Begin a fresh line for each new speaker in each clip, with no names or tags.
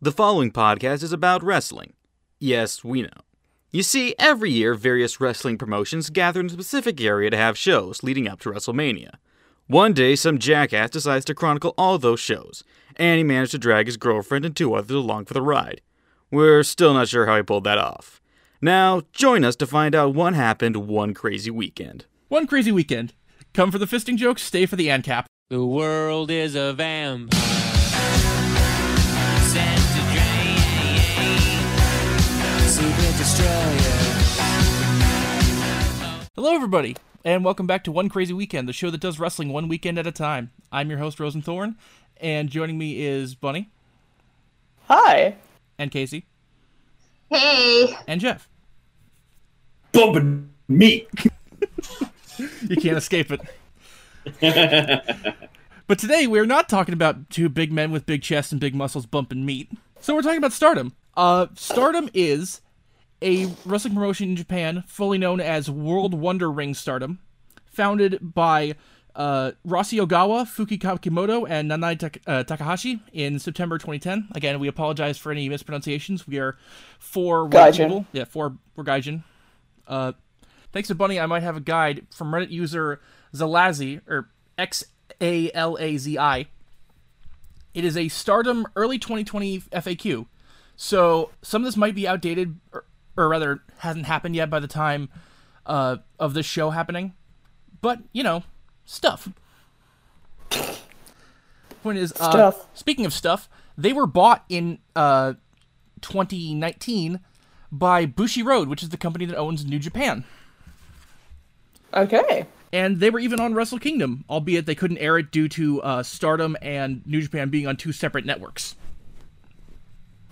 The following podcast is about wrestling. Yes, we know. You see, every year, various wrestling promotions gather in a specific area to have shows leading up to WrestleMania. One day, some jackass decides to chronicle all those shows, and he managed to drag his girlfriend and two others along for the ride. We're still not sure how he pulled that off. Now, join us to find out what happened one crazy weekend.
One crazy weekend. Come for the fisting jokes, stay for the end cap.
The world is a vampire. Sent to drain. Secret destroyer.
Hello, everybody, and welcome back to One Crazy Weekend, the show that does wrestling one weekend at a time. I'm your host, Rosen Thorne, and joining me is Bunny
Hi.
and Casey
Hey,
and Jeff.
bumping me.
You can't escape it. but today we're not talking about two big men with big chests and big muscles bumping meat. So we're talking about Stardom. Uh, Stardom is a wrestling promotion in Japan, fully known as World Wonder Ring Stardom, founded by uh, Rossi Ogawa, Fuki Kakimoto, and Nanai Tak- uh, Takahashi in September 2010. Again, we apologize for any mispronunciations. We are four white
Gaijin.
people. Yeah, four we're Gaijin. Uh, Thanks to Bunny, I might have a guide from Reddit user Zalazi, or X A L A Z I. It is a Stardom early 2020 FAQ. So some of this might be outdated, or, or rather, hasn't happened yet by the time uh, of this show happening. But, you know, stuff. Point is, uh,
Stuff.
speaking of stuff, they were bought in uh, 2019 by Bushi Road, which is the company that owns New Japan
Okay.
and they were even on Wrestle Kingdom, albeit they couldn't air it due to uh, Stardom and New Japan being on two separate networks.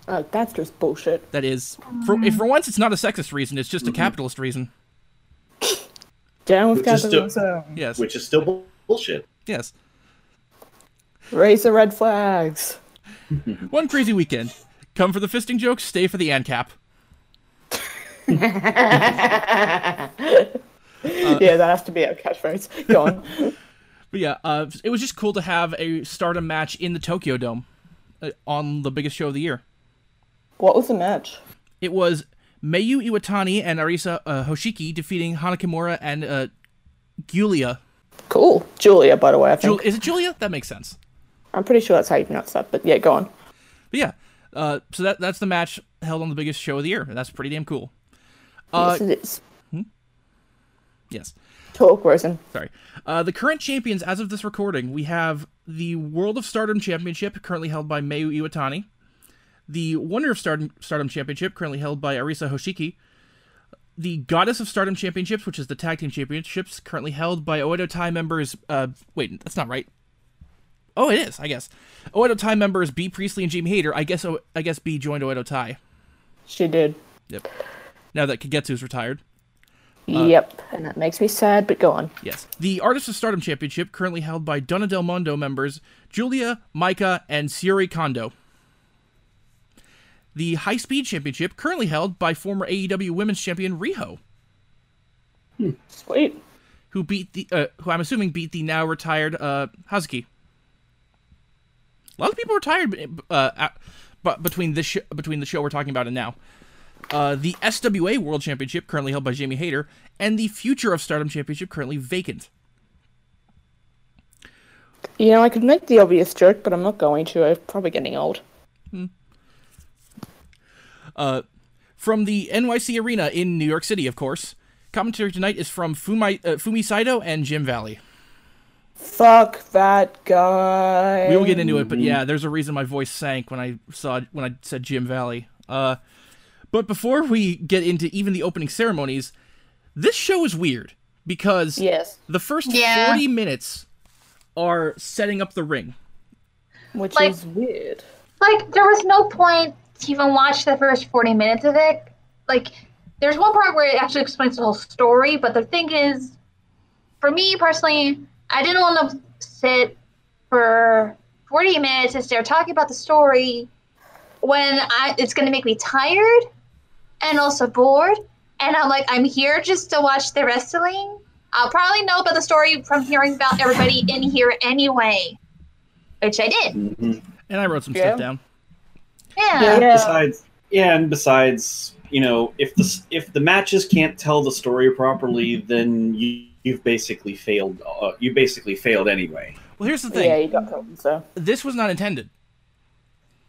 Uh, that's just bullshit.
That is, for, if for once it's not a sexist reason, it's just a capitalist reason.
Down with
Which is still-
capitalism.
Yes,
Which is still bull- bullshit.
yes.
Raise the red flags.
One crazy weekend. Come for the fisting jokes, stay for the ANCAP. Uh.
yeah, that has to be our catchphrase. Go on.
But yeah, uh, it was just cool to have a Stardom match in the Tokyo Dome uh, on the biggest show of the year.
what was the match?
It was Mayu Iwatani and Arisa uh, Hoshiki defeating Hanakimura and uh, Julia.
Cool. Julia, by the way, I think.
Jul- is it Julia? That makes sense.
I'm pretty sure that's how you pronounce that, but yeah, go on.
But yeah, uh, so that that's the match held on the biggest show of the year, and that's pretty damn cool. Uh,
yes, it is.
Yes,
Talk, Rosen.
sorry. Uh, the current champions, as of this recording, we have the World of Stardom Championship, currently held by Mayu Iwatani, the Wonder of Stardom, Stardom Championship, currently held by Arisa Hoshiki, the Goddess of Stardom Championships, which is the tag team championships, currently held by Oedo Tai members. Uh, wait, that's not right. Oh, it is, I guess. Oedo Tai members B Priestley and Jamie Hayter. I guess o- I guess B joined Oedo Tai.
She did.
Yep. Now that Kagetsu's retired. Uh.
yep. And that makes me sad, but go on.
Yes. The Artists of Stardom Championship, currently held by Donna Del Mondo members Julia, Micah, and Siri Kondo. The High Speed Championship, currently held by former AEW Women's Champion Riho,
Sweet.
who beat the, uh, who I'm assuming beat the now retired uh, Hazuki. A lot of people retired, uh, at- but between this sh- between the show we're talking about and now. Uh, the SWA World Championship, currently held by Jamie Hayter, and the Future of Stardom Championship, currently vacant.
You know, I could make the obvious joke, but I'm not going to. I'm probably getting old.
from the NYC Arena in New York City, of course. Commentary tonight is from Fumi, uh, Fumi Saito and Jim Valley.
Fuck that guy.
We will get into it, but yeah, there's a reason my voice sank when I saw when I said Jim Valley. Uh, but before we get into even the opening ceremonies, this show is weird because
Yes.
the first
Yeah.
40 minutes are setting up the ring.
Which
Like-
is weird.
like there was no point to even watch the first forty minutes of it. Like, there's one part where it actually explains the whole story, but the thing is, for me personally, I didn't want to sit for forty minutes and start talking about the story when I it's going to make me tired and also bored. And I'm like, I'm here just to watch the wrestling. I'll probably know about the story from hearing about everybody in here anyway, which I did.
Mm-hmm. And I wrote some
Yeah.
stuff down.
Yeah.
Besides, yeah, and besides, you know, if the s- if the matches can't tell the story properly, then you, you've basically failed. Uh, you basically failed anyway.
Well, here's the thing.
Yeah, you got something, so.
This was not intended.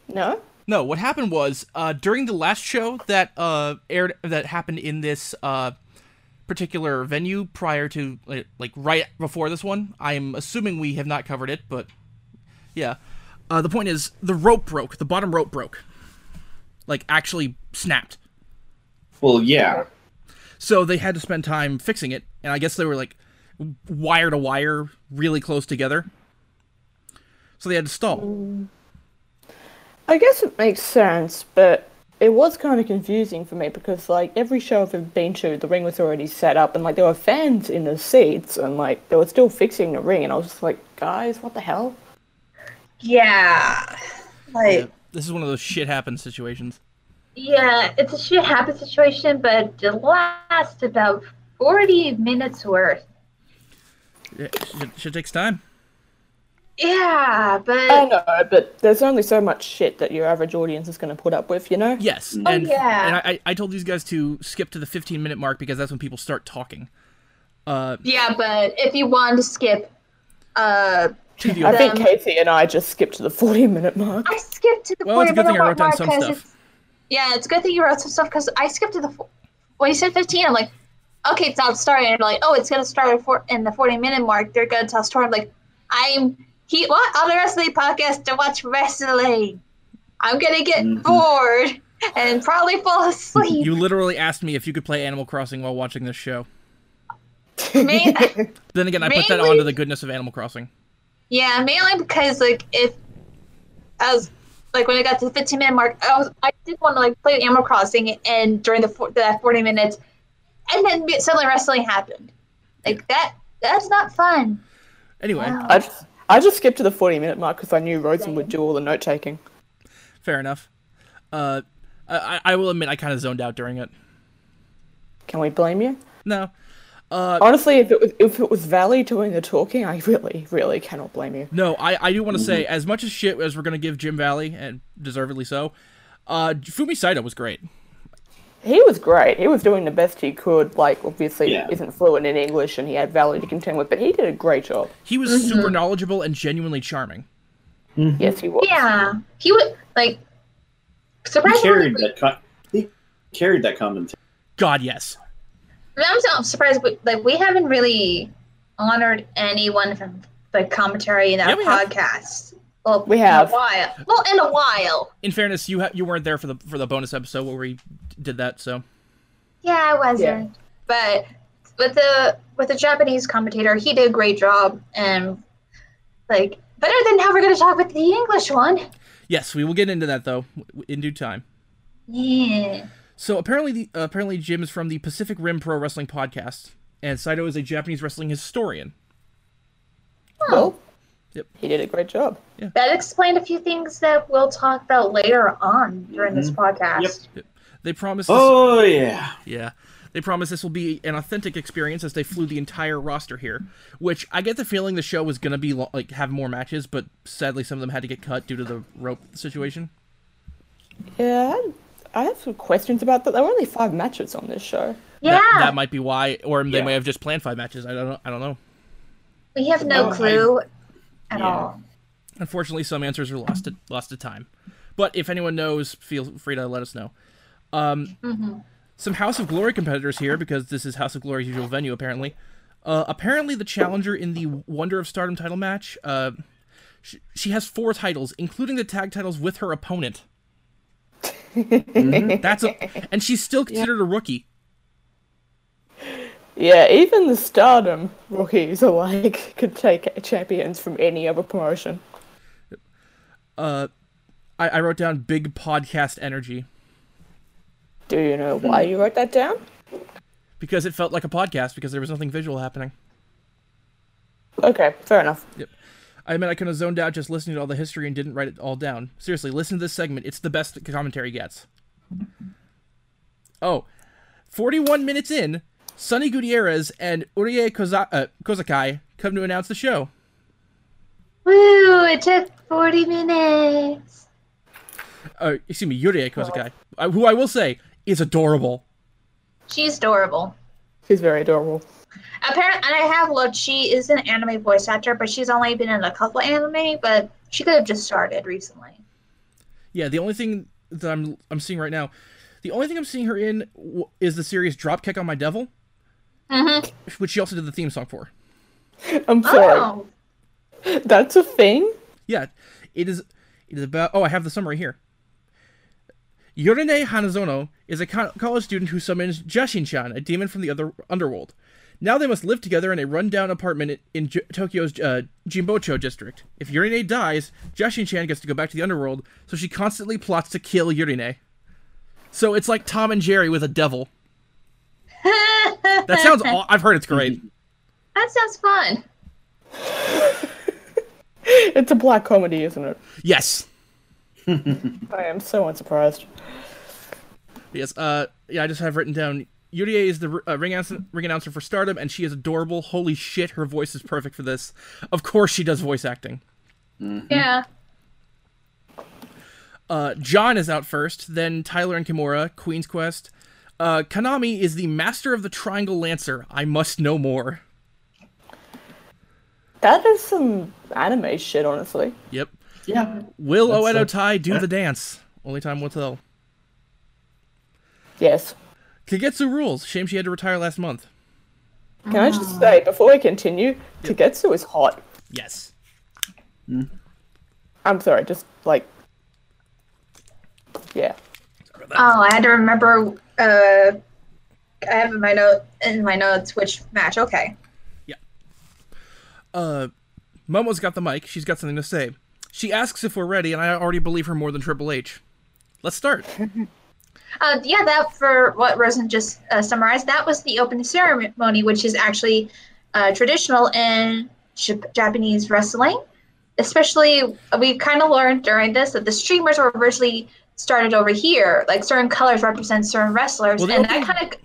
No?
No, what happened was uh, during the last show that uh, aired that happened in this uh, particular venue prior to like, like right before this one. I'm assuming we have not covered it, but yeah. Uh, the point is the rope broke. The bottom rope broke, like actually snapped.
Well, yeah,
So they had to spend time fixing it, and I guess they were like wire to wire, really close together. So they had to stall.
I guess it makes sense, but it was kind of confusing for me because, like, every show I've been to, the ring was already set up, and, like, there were fans in the seats, and, like, they were still fixing the ring, and I was just like, guys, what the hell?
Yeah. Like.
This is one of those shit happen situations.
Yeah, it's a shit happen situation, but it lasts about 40 minutes worth.
Yeah, shit, shit takes time.
Yeah, but
I know, but there's only so much shit that your average audience is going to put up with, you know?
Yes.
Oh,
and,
yeah.
And I, I told these guys to skip to the 15 minute mark because that's when people start talking. Uh,
yeah, but if you want to skip, uh,
to the
I
audience.
think
Um,
Casey and I just skipped to the 40 minute mark.
I skipped to the
Well, it's a
40
good thing I
minute
wrote down
mark
some
'cause
stuff.
it's- Yeah, it's a good thing you wrote some stuff because I skipped to the fo- when you said 15, I'm like, okay, it's not starting. I'm like, oh, it's gonna start at four, in the 40 minute mark. They're gonna tell a story. I'm like, I'm he what on the wrestling podcast to watch wrestling. I'm gonna get
Mhm.
bored and probably fall asleep.
You literally asked me if you could play Animal Crossing while watching this show.
Main-
Then again, I put that
Mainly-
onto the goodness of Animal Crossing.
yeah, mainly because like if I was like when I got to the 15 minute mark, I was I did want to like play Animal Crossing and during the four, that 40 minutes, and then be- suddenly wrestling happened. Like that that's not fun.
Anyway,
Wow.
I just, I just skipped to the 40 minute mark because I knew Rosen would do all the note taking.
fair enough. Uh, I, I I will admit I kind of zoned out during it.
Can we blame you?
No.
Honestly, if it was, if it was Valley doing the talking, I really, really cannot blame you.
No, I, I do want to say, as much as shit as we're going to give Jim Valley, and deservedly so, uh, Fumi Saito was great.
He was great. He was doing the best he could. Like, obviously,
Yeah.
he isn't fluent in English and he had Valley to contend with, but he did a great job.
He was
Mm-hmm.
super knowledgeable and genuinely charming.
Yes, he was.
Yeah, he would like
he
surprisingly.
carried that. Con- he carried that commentary.
God, yes.
I'm so surprised. We, like we haven't really honored anyone from the commentary in
Yeah,
our
we have.
podcast. Well,
We have.
in a while. Well, in a while.
In fairness, you ha- you weren't there for the for the bonus episode where we d- did that, so
Yeah, I
Yeah.
wasn't. But with the with the Japanese commentator, he did a great job and like better than how we're gonna talk with the English one.
Yes, we will get into that though w- w- in due time.
Yeah.
So apparently, the, apparently Jim is from the Pacific Rim Pro Wrestling podcast, and Saito is a Japanese wrestling historian.
Well,
Yep.
he did a great job.
That explained a few things that we'll talk about later on during this podcast.
Yep.
They promise, this,
Oh yeah,
yeah, they promise this will be an authentic experience as they flew the entire roster here. Which I get the feeling the show was gonna be lo- like have more matches, but sadly some of them had to get cut due to the rope situation.
Yeah, I had, I had some questions about that. There were only five matches on this show.
Yeah,
That, that might be why, or they
Yeah.
may have just planned five matches. I don't know. I don't know.
we have no
Oh, I-
clue at
Yeah.
all.
Unfortunately, some answers are lost to, lost to time. But if anyone knows, feel free to let us know. Um, Some House of Glory competitors here because this is House of Glory's usual venue, apparently. Uh, apparently, the challenger in the Wonder of Stardom title match, uh, she, she has four titles, including the tag titles with her opponent. That's a, and she's still considered a rookie.
Yeah, even the stardom rookies alike could take champions from any other promotion.
I, I wrote down big podcast energy
Do you know why you wrote that down?
because it felt like a podcast because there was nothing visual happening.
Okay, fair enough.
I mean, I kind of zoned out just listening to all the history and didn't write it all down. Seriously, listen to this segment. It's the best that commentary gets. Oh, 41 minutes in, Sonny Gutierrez and Urie Koza- uh, Kozakai come to announce the show.
Woo! It took forty minutes.
uh, excuse me, Yurie Kozakai, uh, who I will say is adorable.
She's adorable.
She's very adorable.
Apparently, and I have looked. She is an anime voice actor, but she's only been in a couple anime. But she could have just started recently.
Yeah, the only thing that I'm I'm seeing right now, the only thing I'm seeing her in w- is the series Dropkick on My Devil,
Mm-hmm.
which she also did the theme song for.
I'm sorry.
Oh,
That's a thing?
Yeah, it is. It is about. Oh, I have the summary here. Yorine Hanazono is a co- college student who summons Jashin-chan, a demon from the other underworld. Now they must live together in a rundown apartment in, in J- Tokyo's uh, Jimbocho district. If Yorine dies, Jashin-chan gets to go back to the underworld, so she constantly plots to kill Yorine. So it's like Tom and Jerry with a devil. that sounds. Aw- I've heard it's great.
that sounds fun.
It's a black comedy, isn't it?
Yes.
I am so unsurprised.
Yes. Uh. Yeah. I just have written down. Yurie is the uh, ring, announcer, ring announcer for Stardom, and she is adorable. Holy shit, her voice is perfect for this. Of course, she does voice acting.
Yeah.
Uh, John is out first, then Tyler and Kimura, Queen's Quest. Uh, Kanami is the master of the Triangle Lancer. I must know more.
That is some anime shit, honestly.
Yep.
Yeah.
Will
That's, uh,
Oedo Tai do the dance? Only time will tell.
Yes.
Kagetsu rules. Shame she had to retire last month.
Can I just say, before I continue, Kagetsu is hot.
Yes.
I'm sorry, just like. Yeah.
Mm-hmm.
Oh, I had to remember. Uh, I have in my note in my notes which match. Okay.
uh, Momo's got the mic. She's got something to say. She asks if we're ready, and I already believe her more than Triple H. Let's start.
Uh, yeah, that for what Rosen just uh, summarized. That was the opening ceremony, which is actually uh, traditional in Jap- Japanese wrestling. Especially, we kind of learned during this that the streamers were originally started over here. Like certain colors represent certain wrestlers,
Well, the
and I
opening-
kind of.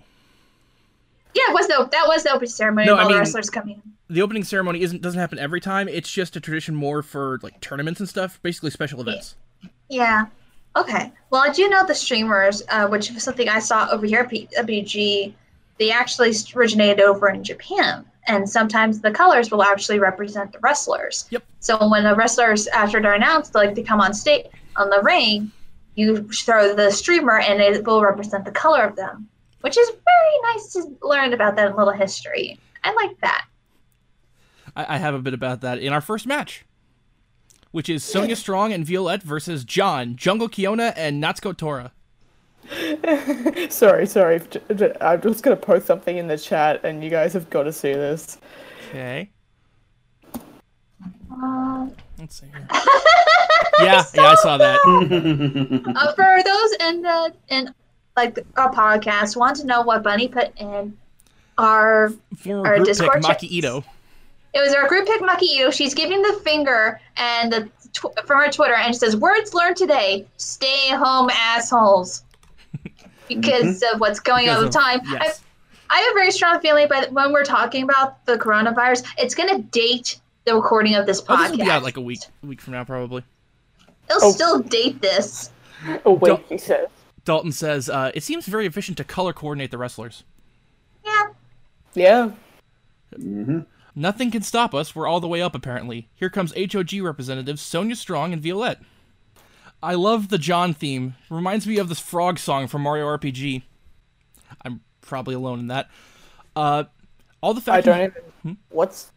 Yeah, it was the that was the opening ceremony.
No,
of
I
all the
mean-
wrestlers coming. in.
The opening ceremony isn't doesn't happen every time. It's just a tradition more for like tournaments and stuff, basically special events.
Yeah. Okay. Well, I do know the streamers, uh, which is something I saw over here at PWG. They actually originated over in Japan, and sometimes the colors will actually represent the wrestlers.
Yep.
So when the wrestlers, after they're announced, like they come on stage on the ring, you throw the streamer, and it will represent the color of them, which is very nice to learn about that little history. I like that.
I, I have a bit about that in our first match, which is Sonia Strong and Violette versus John Jungle Kiona and Natsuko Tora.
Sorry, sorry. j- j- I'm just gonna post something in the chat and you guys have gotta see this.
Okay,
Um,
let's see. Here. yeah, yeah, I saw that.
uh, for those in the in like our podcast want to know what bunny put in our
Former
Our
group pick
Discord
Maki
chats.
Ito.
it was our group pick Maki Ito. she's giving the finger and the tw- from her twitter and she says words learned today stay home assholes because of what's going on
Mm-hmm. Because
all the
of-
time
Yes.
I, I have a very strong feeling but when we're talking about the coronavirus it's going to date the recording of this
Oh,
podcast
this will be out like a week, a week from now probably.
it'll
Oh.
still date this
Oh, wait,
Don't-
he says.
Dalton says, uh, "It seems very efficient to color coordinate the wrestlers.
yeah
Yeah.
Nothing can stop us. We're all the way up, apparently. Here comes HOG representatives Sonia Strong and Violette. I love the John theme. Reminds me of this frog song from Mario RPG. I'm probably alone in that. Uh, all the
I
fact
don't even. What's.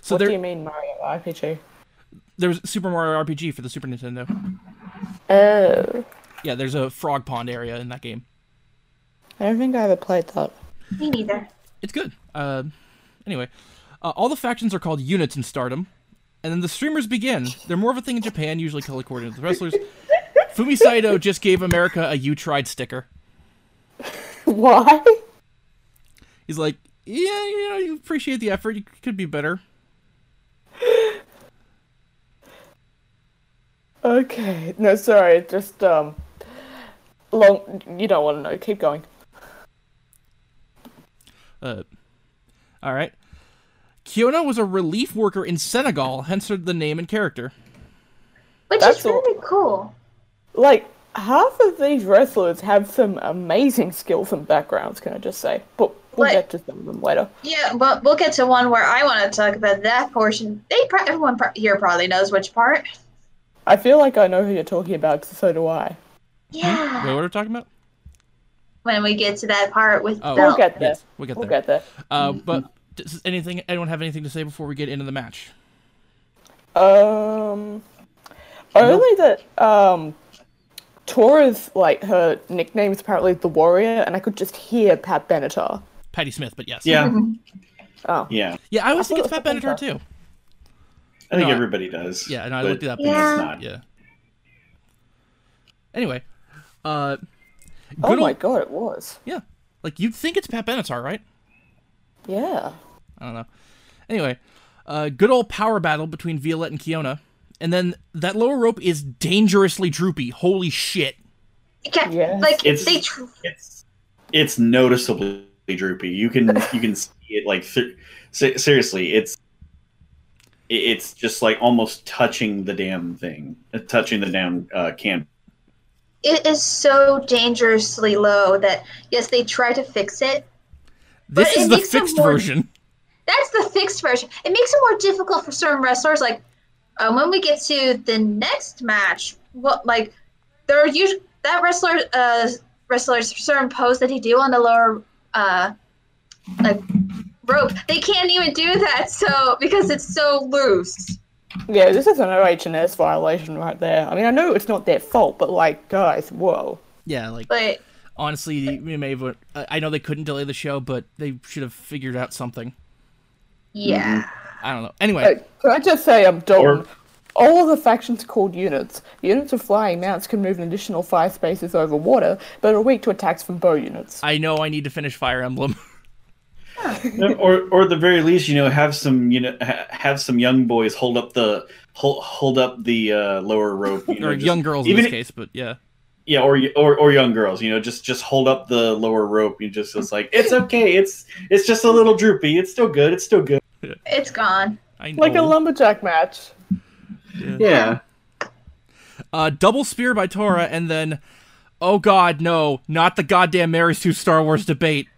so
what do
Hmm? there
you mean, Mario RPG?
there's Super Mario RPG for the Super Nintendo.
Oh.
Yeah, there's a frog pond area in that game.
I don't think I ever played that.
me neither
It's good. Uh, anyway, uh, all the factions are called units in Stardom, and then the streamers begin. They're more of a thing in Japan, usually color coordinated with wrestlers. Fumi Saito just gave America a "You Tried" sticker.
Why?
He's like, "Yeah, you know, you appreciate the effort. You could be better."
Okay. No, sorry. Just, um. Long. You don't wanna know. Keep going.
Uh, all right. Kiona was a relief worker in Senegal, hence the name and character.
which
That's
is
all-
really cool
like half of these wrestlers have some amazing skills and backgrounds. Can I just say? But we'll
Like-
get to some of them later.
Yeah, but we'll get to one where I want to talk about that portion. They pro- everyone pro- here probably knows which part.
I feel like I know who you're talking about, 'cause so do I.
Yeah.
Wait, what are we talking about?
When we get to that part with
Oh.
Bell.
We'll get there.
Yes, we get
We'll
there.
get there.
Uh, but does anything anyone have anything to say before we get into the match?
Um, only that um, Tora's like her nickname is apparently the Warrior, and I could just hear Pat Benatar.
Patty Smith, but yes.
Yeah.
Oh.
Yeah.
Yeah, I always think
thought
it's Pat
it was
Benatar too.
I think
No, I-
everybody does.
Yeah, and I
but
looked it up.
Yeah.
It's not.
Yeah. Anyway, uh, good
Oh my
old-
god, it was.
yeah. Like you'd think it's Pat Benatar, right?
Yeah.
I don't know. Anyway, uh, good old power battle between Violette and Kiona, and then that lower rope is dangerously droopy. Holy shit!
Yeah,
Yes.
Like
It's-
they tr-
It's it's noticeably droopy. You can you can see it like th- se- seriously. It's it- it's just like almost touching the damn thing, uh, touching the damn uh, can.
it is so dangerously low that yes, they try to fix it.
This
it
is the
makes them
fixed
more-
version.
That's the fixed version. It makes it more difficult for certain wrestlers. Like uh, when we get to the next match, what like there are usually that wrestler uh wrestlers for certain pose that he do on the lower uh like rope. They can't even do that so because it's so loose.
Yeah, this is an OHS violation right there. I mean, I know it's not their fault, but like, guys, whoa.
Yeah, like
But
honestly, we may have. I know they couldn't delay the show, but they should have figured out something.
yeah.
I don't know. Anyway,
Uh,
Hey, can I just say, um, Dalton,
Or-
all of the factions are called units. Units of flying mounts can move an additional five spaces over water, but are weak to attacks from bow units.
I know I need to finish Fire Emblem.
or or at the very least, you know, have some you know ha- have some young boys hold up the hold, hold up the uh, lower rope. You know,
or
just-
young girls in
even
this
i-
case, but yeah.
Yeah, or, or or young girls, you know, just just hold up the lower rope. You just it's like it's okay. It's it's just a little droopy. It's still good. It's still good.
It's gone.
I know.
Like a lumberjack match.
Yeah.
uh, double spear by
Mm.
Tora, and then, oh god, no, not the goddamn Mary Sue Star Wars debate.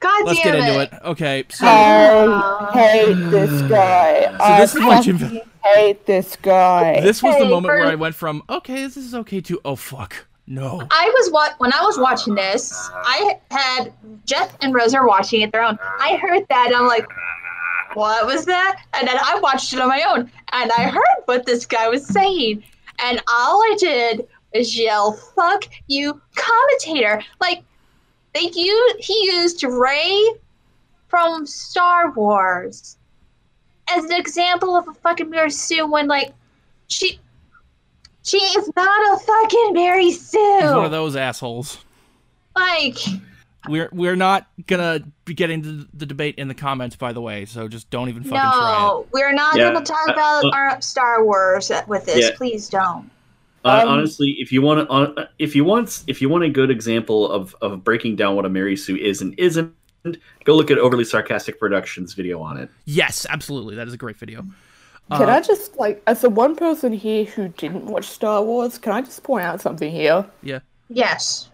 God
Let's get
damn
into
it.
it. Okay, so
I hate this guy. I
this is what you-
fucking hate this guy.
this was the
Hey,
moment where
first-
I went from okay, this is okay to oh fuck, no.
I was wa- when I was watching this, I had Jeff and Rose are watching it their own. I heard that and I'm like, what was that? And then I watched it on my own and I heard what this guy was saying. And all I did was yell, fuck you, commentator. Like they u- he used Ray from Star Wars as an example of a fucking Mary Sue when like she she is not a fucking Mary Sue.
He's one of those assholes.
Like,
We're we're not gonna be getting to the debate in the comments, by the way. So just don't even fucking try it.
no, we're not
Yeah.
going to talk
Uh,
about
uh,
our Star Wars with this.
Yeah.
Please don't.
Uh,
Um,
honestly, if you want to, if you want, if you want a good example of of breaking down what a Mary Sue is and isn't, go look at overly sarcastic productions video on it.
Yes, absolutely, that is a great video.
Can I just like, as the one person here who didn't watch Star Wars, can I just point out something here?
Yeah,
Yes.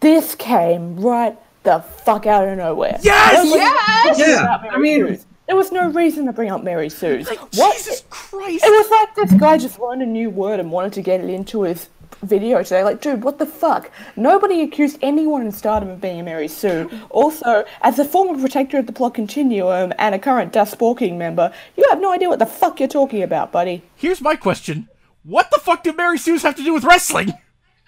This came right the fuck out of nowhere. Yes,
Yes!
I mean,
There was no reason to bring up Mary Sue's. what?
Jesus Christ!
It was like this guy just learned a new word and wanted to get it into his video today. Like, dude, what the fuck? Nobody accused anyone in Stardom of being a Mary Sue. Also, as a former protector of the plot continuum and a current Dust Walking member, you have no idea what the fuck you're talking about, buddy.
Here's my question: What the fuck do Mary Sue's have to do with wrestling?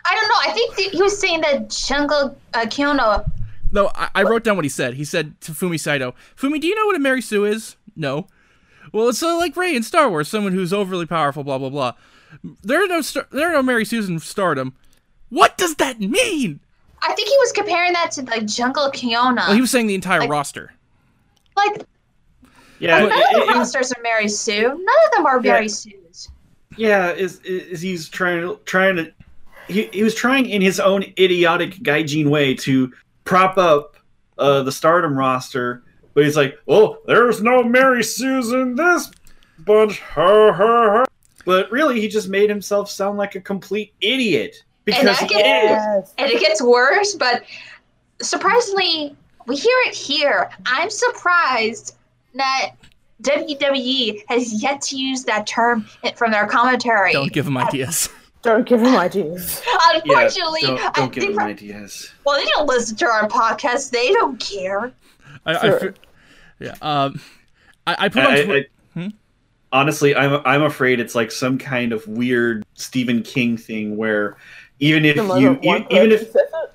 I don't know. I think th- he was saying that Jungle uh, Kyono.
No, I, I wrote down what he said. He said to Fumi Saito, Fumi, do you know what a Mary Sue is? No. Well, it's uh, like Ray in Star Wars, someone who's overly powerful, blah, blah, blah. There are no star- there are no Mary Sues in stardom. What does that mean?
I think he was comparing that to like Jungle Kiona.
Well, he was saying the entire roster.
like,
yeah,
none
it-
of the
it- it-
monsters are Mary Sue. None of them are Mary Sue's.
yeah. Is, is he's trying to trying to he, he was trying in his own idiotic gaijin way to prop up uh, the Stardom roster, but he's like, oh, there's no Mary Susan this bunch. Her her her. But really, he just made himself sound like a complete idiot because
I
he
get-
is.
Yes.
and it gets worse, but surprisingly, we hear it here. I'm surprised that WWE has yet to use that term from their commentary.
Don't give him ideas.
Don't give him ideas.
Yeah,
Unfortunately,
don't,
I
don't give
think-
him ideas.
well, they don't listen to our podcast. They don't care.
I, I
Sure.
fe- yeah. Um, I, I put on.
I- I-
Twi-
I-
Hmm?
Honestly, I'm I'm afraid it's like some kind of weird Stephen King thing where even if
Even
you, you even if
says it,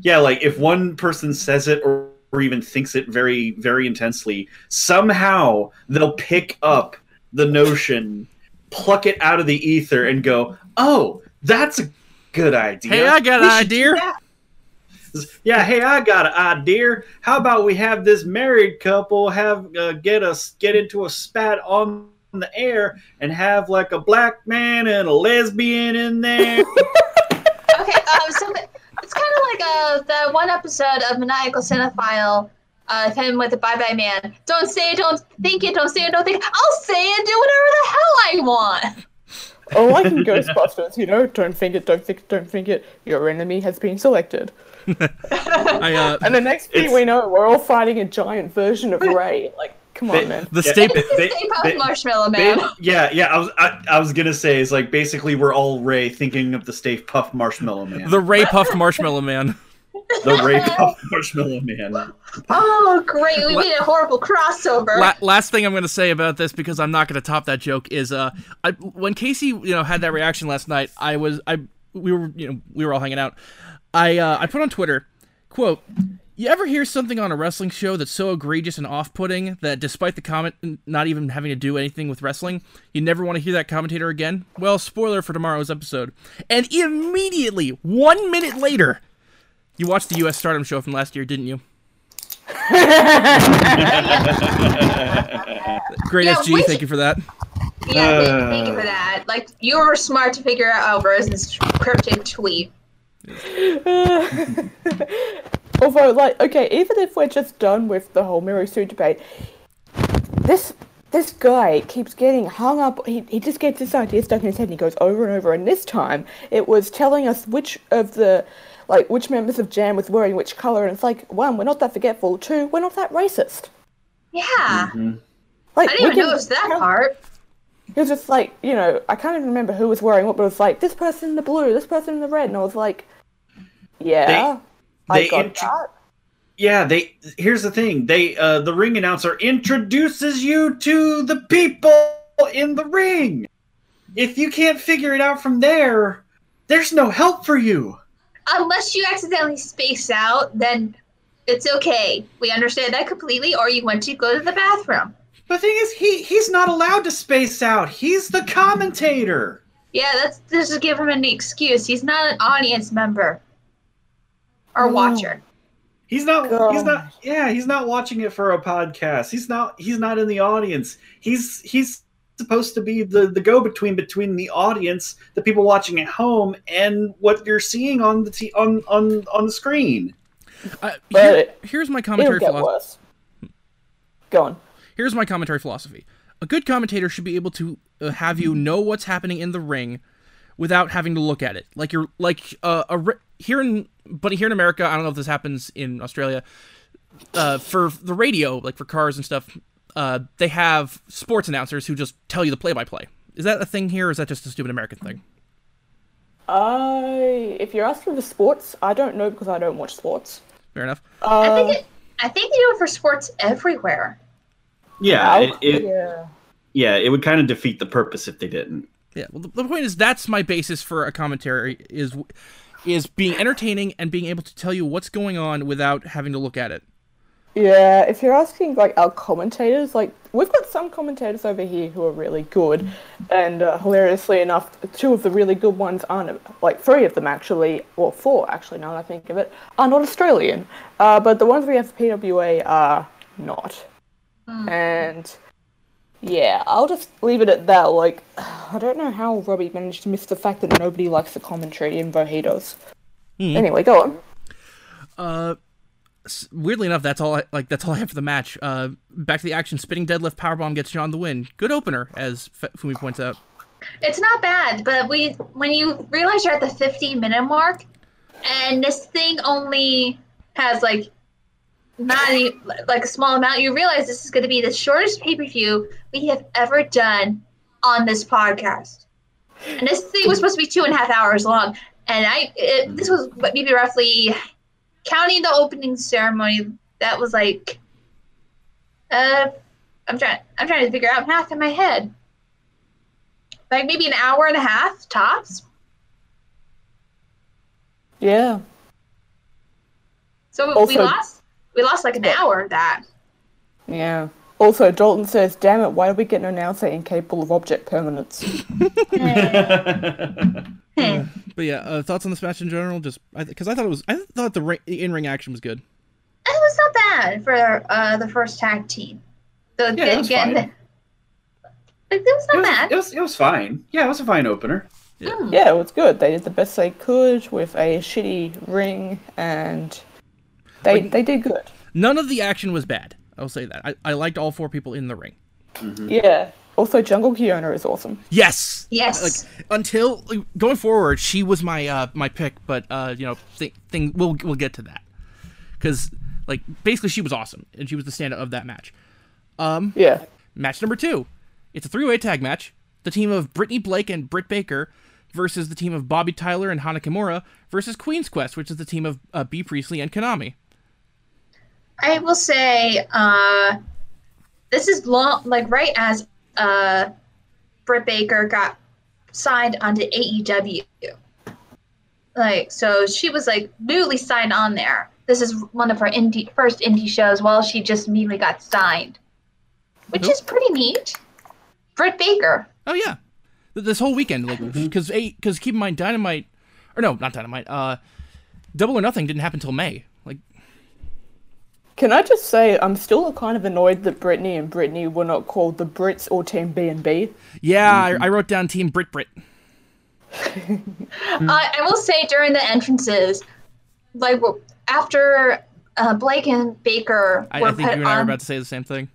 yeah, like if one person says it or, or even thinks it very very intensely, somehow they'll pick up the notion, pluck it out of the ether, and go, "Oh, that's a good idea."
Hey, I got
We
an
should do
idea."
that." Yeah, hey, I got an idea. How about we have this married couple have uh, get us get into a spat on the air and have like a black man and a lesbian in there.
Okay, um, so the- it's kind of like uh, the one episode of Maniacal Cinephile. Uh, of him with the Bye Bye Man. Don't say it, don't think it, don't say it, don't think it. I'll say it, do whatever the hell I want.
Oh, like in Ghostbusters, you know, don't think it, don't think it, don't think it. Your enemy has been selected.
I, uh,
And the next thing
It's-
we know, we're all fighting a giant version of Ray. Like, come on, man.
the
Yeah.
staple.
It's the
Ba-
same about
ba-
Marshmallow Man.
Ba- yeah, yeah. I was I, I was gonna say it's like basically we're all Ray thinking of the Stave Puff Marshmallow Man,
The Ray Puffed Marshmallow Man.
the Ray Puff Marshmallow Man.
Oh, great. We made a horrible crossover.
La- last thing I'm going to say about this because I'm not going to top that joke is uh, I, when Casey you know had that reaction last night, I was I we were you know we were all hanging out. I uh, I put on Twitter quote. You ever hear something on a wrestling show that's so egregious and off-putting that despite the comment not even having to do anything with wrestling, you never want to hear that commentator again? Well, spoiler for tomorrow's episode. And immediately, 1 minute later, you watched the US Stardom show from last year, didn't you? Great
Yeah,
SG,
which-
thank you for that.
yeah, thank, thank you for that. Like, you were smart to figure out Rosen's cryptic tweet.
Although, like, okay, even if we're just done with the whole Miro Sue debate, this this guy keeps getting hung up. He, he just gets this idea stuck in his head and he goes over and over. And this time, it was telling us which of the, like, which members of Jam was wearing which color. And it's like, one, we're not that forgetful. Two, we're not that racist.
Yeah.
Like,
I
Mm-hmm. we
didn't even
can
know it was that
count-
part.
It was just like, you know, I can't even remember who was wearing what, but it was like, this person in the blue, this person in the red. And I was like, yeah, I
they
got
int-
that.
Yeah, they. Here's the thing. They uh, the ring announcer introduces you to the people in the ring. If you can't figure it out from there, there's no help for you.
Unless you accidentally space out, then it's okay. We understand that completely, or you went to go to the bathroom.
The thing is, he he's not allowed to space out. He's the commentator.
Yeah, that's this is give him an excuse. He's not an audience member or watcher.
He's not. He's
God.
not. Yeah, he's not watching it for a podcast. He's not. He's not in the audience. He's he's supposed to be the the go between between the audience, the people watching at home, and what you're seeing on the t- on on on the screen.
I,
But
Uh, here-
it-
here's my
It'll
commentary
get
philosophy.
worse. Go on.
Here's my commentary philosophy. A good commentator should be able to uh, have you know what's happening in the ring without having to look at it. Like you're like uh, a ri- here in but here in America, I don't know if this happens in Australia. Uh, for the radio, like for cars and stuff, uh, they have sports announcers who just tell you the play-by-play. Is that a thing here, or is that just a stupid American thing?
I, if you're asking for sports, I don't know because I don't watch sports.
Fair enough.
I think it, I think they do it for sports everywhere.
Yeah,
I'll-
it, it, yeah.
yeah.
it would kind of defeat the purpose if they didn't.
Yeah. Well, the, the point is that's my basis for a commentary is is being entertaining and being able to tell you what's going on without having to look at it.
Yeah, if you're asking like our commentators, like we've got some commentators over here who are really good, and uh, hilariously enough, two of the really good ones aren't like three of them actually, or four actually. Now that I think of it, are not Australian, uh, but the ones we have for PWA are not. And yeah, I'll just leave it at that. Like, I don't know how Robbie managed to miss the fact that nobody likes the commentary in Bojitos. Anyway, go on.
weirdly enough, that's all. I, like that's all I have for the match. Uh, back to the action. Spinning deadlift powerbomb gets John the win. Good opener, as F- Fumi points out.
It's not bad, but we when you realize you're at the 50 minute mark, and this thing only has like not any, like a small amount, you realize this is going to be the shortest pay per view we have ever done on this podcast. And this thing was supposed to be two and a half hours long, and I it, this was maybe roughly counting the opening ceremony. That was like, uh, I'm trying I'm trying to figure out math in my head like maybe an hour and a half tops.
Yeah.
So we-
Also-
we lost we lost like an hour of that.
Yeah. Also, Dalton says, "Damn it! Why do we get an announcer incapable of object permanence?"
But yeah, uh, thoughts on this match in general? Just because I, thought it was, I thought the ri- in-ring action was good.
It was not bad for uh, the first tag team. The,
Yeah, it was
again,
fine.
the- it was
It
not
was,
bad.
it was it was fine. Yeah, it was a fine opener.
yeah, it was good. They did the best they could with a shitty ring, and they they did good.
None of the action was bad. I'll say that. I, I liked all four people in the ring.
Yeah. Also, Jungle Kiona is awesome.
Yes.
yes.
Until like, going forward, she was my uh, my pick, but uh, you know, th- thing we'll we'll get to that because like basically she was awesome and she was the standout of that match.
Yeah.
Match number two, it's a three way tag match. The team of Brittany Blake and Britt Baker versus the team of Bobby Tyler and Hana Kimura versus Queen's Quest, which is the team of uh, B Priestley and Konami.
I will say uh, this is long, like right as uh, Britt Baker got signed onto AEW. Like, so she was like newly signed on there. This is one of her indie first indie shows while she just immediately got signed, which is pretty neat. Britt Baker.
Oh yeah, Th- this whole weekend, like because because keep in mind Dynamite, or no, not Dynamite. Uh, Double or Nothing didn't happen till May. Like
Can I just say I'm still kind of annoyed that Brittany and Brittany were not called the Brits or Team B and B.
yeah, I, I wrote down Team Brit Brit. Hmm.
Uh, I will say during the entrances, like w- after uh, Blake and Baker
I,
were
I think
put
you and I were
on
um,
about to say the same thing.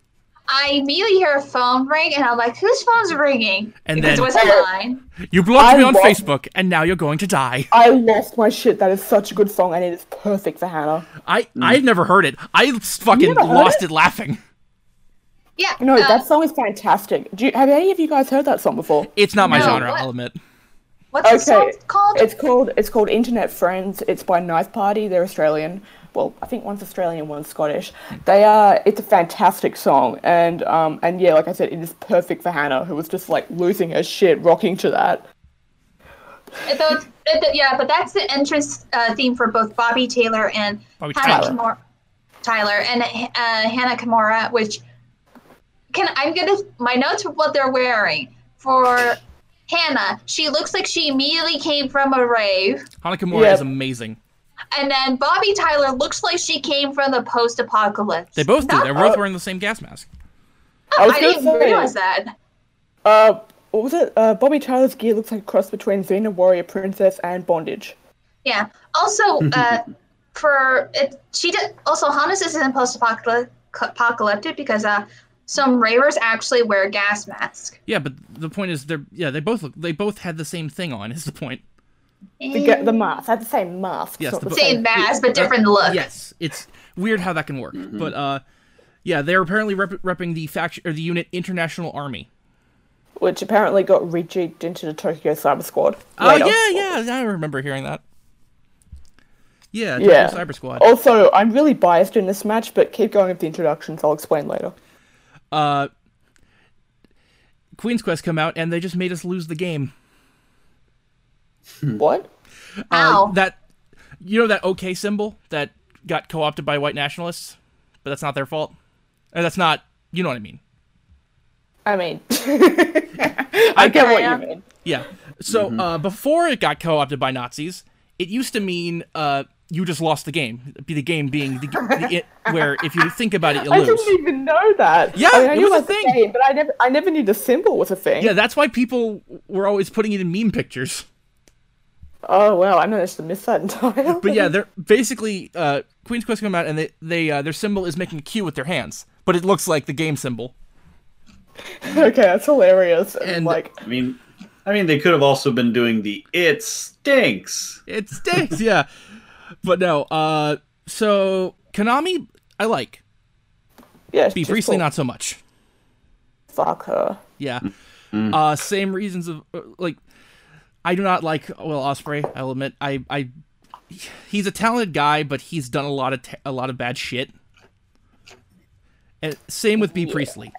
I immediately hear a phone ring, and I'm like, "Whose phone's ringing?"
And
because
then-
it wasn't mine.
You blocked
I
me on
wa-
Facebook, and now you're going to die.
I lost my shit. That is such a good song, and it is perfect for Hannah.
I I've never heard it. I s- fucking
never heard
lost
it?
it laughing.
Yeah,
No,
uh,
that song is fantastic. Do you, have any of you guys heard that song before?
It's not my
No,
genre.
what?
I'll admit.
what's the song called?
It's called it's called Internet Friends. It's by Knife Party. They're Australian. Well, I think one's Australian, one's Scottish. They are. It's a fantastic song, and um and yeah, like I said, it is perfect for Hannah, who was just like losing her shit, rocking to that.
It- though it's- it- yeah, but that's the entrance uh, theme for both Bobby Taylor and
Bobby
Hannah
Tyler.
Kimura, Tyler and uh, Hannah Kimura, which can I'm gonna my notes for what they're wearing for Hannah. She looks like she immediately came from a rave,
Hanakamura
Yeah.
is amazing.
and then Bobby Tyler looks like she came from the post-apocalypse.
They both do.
Not-
They're both wearing the same gas mask.
I was
Oh, I
gonna
didn't
say,
realize that.
Uh, what was it? Uh, Bobby Tyler's gear looks like a cross between Xena Warrior Princess and Bondage.
Yeah. Also, uh, for it, she did. Also, Hannes isn't post-apocalyptic because uh, some ravers actually wear gas masks.
Yeah, but the point is, they're yeah, they both look. They both had the same thing on. Is the point?
The, ga-
Mm.
the mask. They have the same mask.
Yes,
not
the
the
bo-
Same mask, but different look.
Yes, it's weird how that can work. But uh, yeah, they're apparently rep- repping the faction or the unit International Army.
which apparently got rejigged into the Tokyo Cyber Squad.
Oh
later.
yeah, yeah, I remember hearing that. Yeah,
Yeah.
yeah. Cyber Squad.
Also, I'm really biased in this match, but keep going with the introductions. I'll explain later.
Uh, Queen's Quest come out and they just made us lose the game.
What?
Ow.
Uh, that you know that OK symbol that got co-opted by white nationalists, but that's not their fault. Or that's not. You know what I mean?
I mean, I get what you mean.
Yeah. So
Mm-hmm.
uh, before it got co-opted by Nazis, it used to mean uh, you just lost the game. Be the game being the, the it, where if you think about it, you
I
lose.
didn't even know that.
Yeah,
I, mean, I
it
knew
was a
about the
thing.
game, but I never, I never knew the symbol was a thing.
Yeah, that's why people were always putting it in meme pictures.
Oh wow, I managed to miss that entirely.
But yeah, they're basically uh, Queen's Quest come out and they, they uh, their symbol is making a Q with their hands, but it looks like the game symbol.
okay, that's hilarious. And,
And-
like,
I mean, I mean, they could have also been doing the "It stinks."
It stinks, yeah. But no, uh so Konami I like.
Yeah,
Be
she's
Priestley
cool.
not so much.
Fuck her.
Yeah.
Mm.
Uh same reasons of uh, like I do not like Will Osprey, I'll admit. I I he's a talented guy, but he's done a lot of ta- a lot of bad shit. And same with B Priestley.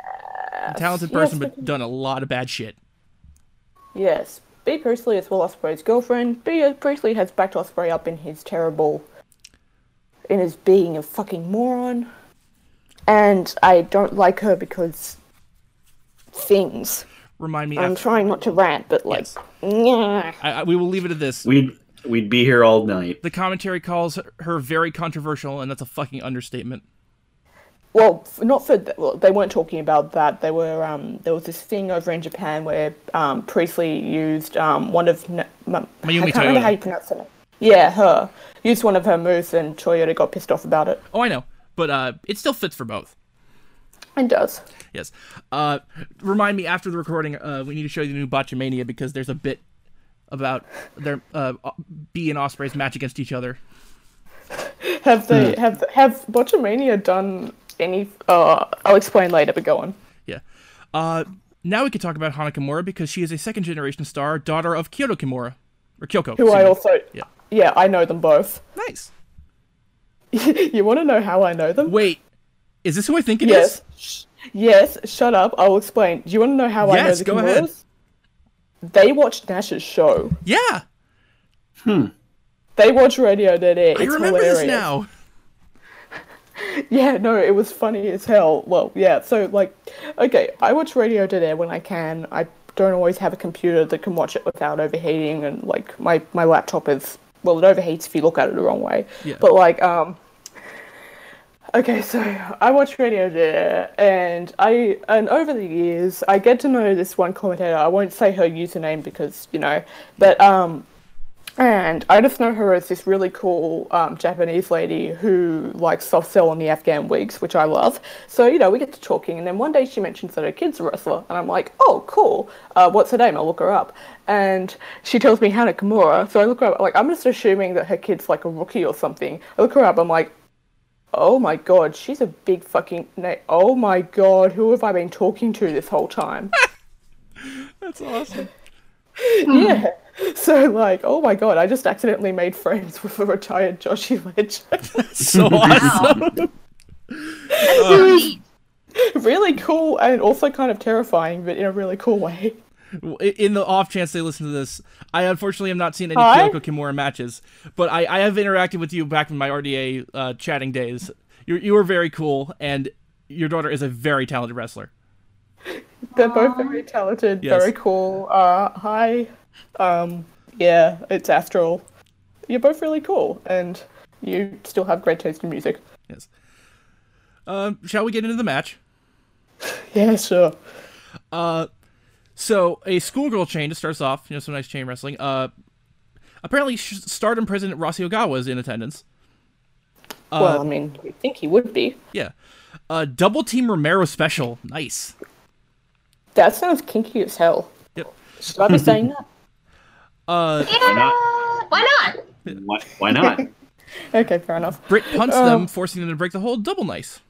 A talented
Yes,
person
but-
but done a lot of bad shit.
Yes. B. Priestley is Will Ospreay's girlfriend. B. Priestley has backed Ospreay up in his terrible. in his being a fucking moron. And I don't like her because. things.
Remind me
I'm
after,
trying not to rant, but like.
Yes.
nyeh.
I, I, we will leave it at this.
We'd we'd be here all night.
The commentary calls her very controversial, and that's a fucking understatement.
Well, f- not for th- well, they weren't talking about that. They were um, there was this thing over in Japan where um, Priestley used um, one of Na- Ma- I
Mayumi
can't remember
Toyota.
how you pronounce it. Yeah, her used one of her moves, and Toyota got pissed off about it.
Oh, I know, but uh, it still fits for both.
And does
Yes. Uh, remind me after the recording, uh, we need to show you the new Botchamania because there's a bit about their uh, B and Osprey's match against each other.
have they
Hmm.
have have Botchamania done any? Uh, I'll explain later. But go on.
Yeah. Uh, now we can talk about Hana Kimura because she is a second generation star, daughter of Kyoto Kimura, or Kyoko.
Who I
excuse me.
also
Yeah.
yeah I know them both.
Nice.
you want to know how I know them?
Wait, is this who I think it is?
Yes. Sh- Yes, shut up. I'll explain. Do you want to know how I know
Yes,
the
go ahead.
Kimuras? They watched Nash's show.
Yeah.
They watch Radio Dead Air. It's
I remember
hilarious.
this now.
Yeah, no, it was funny as hell. Well, yeah, so like, okay, I watch Radio Dead Air when I can. I don't always have a computer that can watch it without overheating, and like my my laptop is well, it overheats if you look at it the wrong way.
Yeah.
But like, um, okay, so I watch Radio Dead Air, and I and over the years I get to know this one commentator. I won't say her username because you know, but um, And I just know her as this really cool um, Japanese lady who likes soft sell on the Afghan wigs, which I love. So, you know, we get to talking, and then one day she mentions that her kid's a wrestler, and I'm like, oh, cool. Uh, what's her name? I'll look her up. And she tells me Hannah Kimura. So I look her up, like, I'm just assuming that her kid's like a rookie or something. I look her up, I'm like, oh my god, she's a big fucking. Na- oh my god, who have I been talking to this whole time?
That's awesome.
yeah. So, like, oh my god, I just accidentally made friends with a retired Joshi legend.
So awesome.
Sweet.
really cool and also kind of terrifying, but in a really cool way.
in the off chance they listen to this, I unfortunately have not seen any
Hi.
Kyoko Kimura matches, but I, I have interacted with you back in my RDA uh, chatting days. You you were very cool, and your daughter is a very talented wrestler.
They're both very talented,
Yes.
very cool. Uh, hi. Um, yeah, it's Astral. You're both really cool, and you still have great taste in music.
Yes. Um, shall we get into the match?
Yeah, sure.
So a schoolgirl chain to start us off. You know some nice chain wrestling. Uh, apparently sh- Stardom President Rossi Ogawa is in attendance. Uh,
well, I mean, you think he would be.
Yeah. Uh, double team Romero special. Nice.
That sounds kinky as hell.
Yep.
Should I be saying that?
uh,
Yeah. Why not?
Why, why not?
Okay, fair enough.
Britt punts them, forcing them to break the hold. Double nice.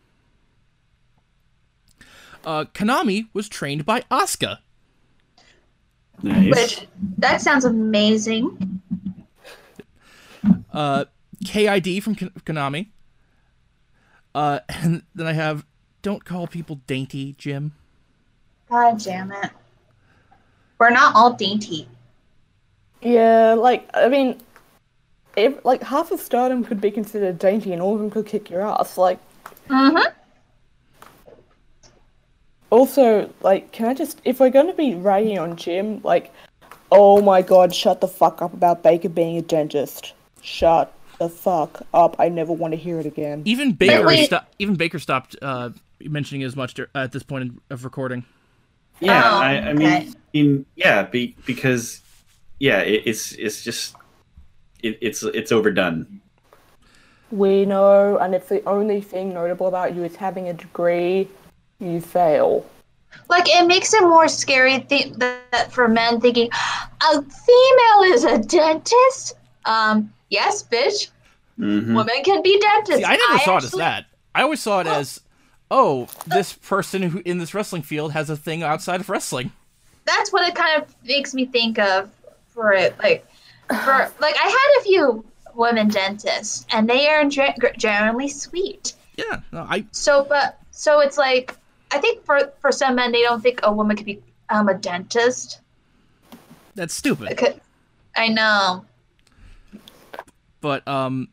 Uh, Konami was trained by Asuka.
Nice.
Which that sounds amazing.
Uh, KID from Kon- Konami. Uh, and then I have don't call people dainty, Jim.
God damn it. We're not all dainty.
Yeah, like I mean, if, like half of Stardom could be considered dainty, and all of them could kick your ass. Like,
Mm-hmm.
also, like, can I just if we're gonna be ragging on Jim, like, oh my god, shut the fuck up about Baker being a dentist. Shut the fuck up. I never want to hear it again.
Even Baker,
wait.
sto- even Baker stopped uh, mentioning it as much dur- at this point of recording.
Yeah,
Oh,
I, I mean,
okay.
in- yeah, be, because yeah, it, it's it's just it, it's it's overdone.
We know, and if the only thing notable about you is having a degree, you fail.
Like it makes it more scary th- that for men thinking a female is a dentist. Um, yes, bitch.
Mm-hmm.
Mhm.
Women can be dentists.
See, I never saw it as
actually-
that. I always saw it as, oh, this person who in this wrestling field has a thing outside of wrestling.
That's what it kind of makes me think of for it. Like, for like I had a few women dentists, and they are ge- generally sweet.
Yeah, no, I
So, but so it's like I think for for some men they don't think a woman could be um, a dentist.
that's stupid.
Because- I know.
But um,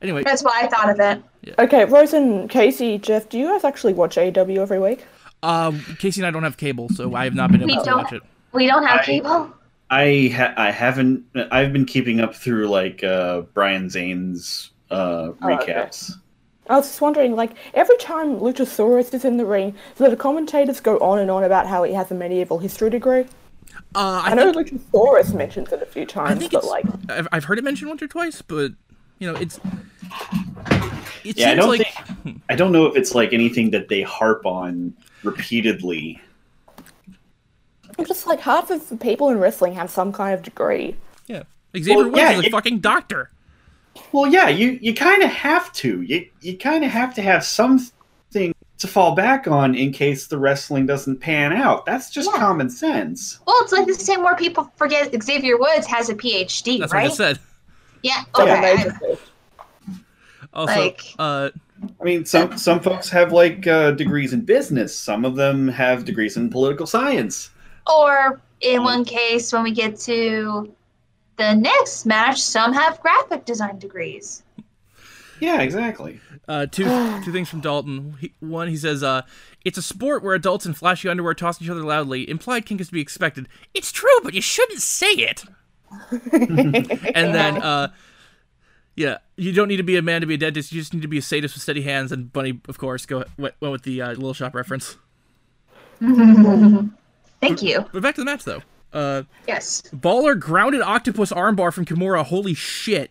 anyway,
That's why I thought of it.
Okay, Rose and Casey, Jeff, do you guys actually watch AW every week?
um, Casey and I don't have cable, so I have not been
We
able to
don't.
watch it.
We don't have
I-
cable.
I ha- I haven't. I've been keeping up through like uh, Brian Zane's
Oh,
uh,
okay.
recaps.
I was just wondering, like, every time Luchasaurus is in the ring, so the commentators go on and on about how he has a medieval history degree.
Uh,
I
I,
know
think,
Luchasaurus mentions it a few
I
times,
think
but
it's.
like,
I've, I've heard it mentioned once or twice, but you know, it's. It
Yeah, I
seems
don't
like
think. I don't know if it's like anything that they harp on repeatedly.
I'm just like, half of the people in wrestling have some kind of degree.
yeah, Xavier
Well,
Woods
yeah,
is a
it-
fucking doctor.
Well, yeah, you you kind of have to. You you kind of have to have something to fall back on in case the wrestling doesn't pan out. That's just
Yeah.
common sense.
Well, it's like the same where people forget Xavier Woods has a PhD,
That's what I
right?
just said.
Oh, Yeah.
Some
Okay. I-
amazing thing.
Also,
Like-
uh,
I mean, some some folks have like uh, degrees in business. Some of them have degrees in political science.
or in one case, when we get to the next match, some have graphic design degrees.
Yeah, exactly.
Uh, two two things from Dalton. He, one, he says, uh, "It's a sport where adults in flashy underwear toss each other loudly. Implied kink is to be expected. It's true, but you shouldn't say it." and then, uh, yeah, you don't need to be a man to be a dentist. You just need to be a sadist with steady hands. And Bunny, of course, go went, went with the uh, Little Shop reference.
Thank you.
But back to the match, though. Uh,
Yes.
Baller grounded octopus armbar from Kimura. Holy shit!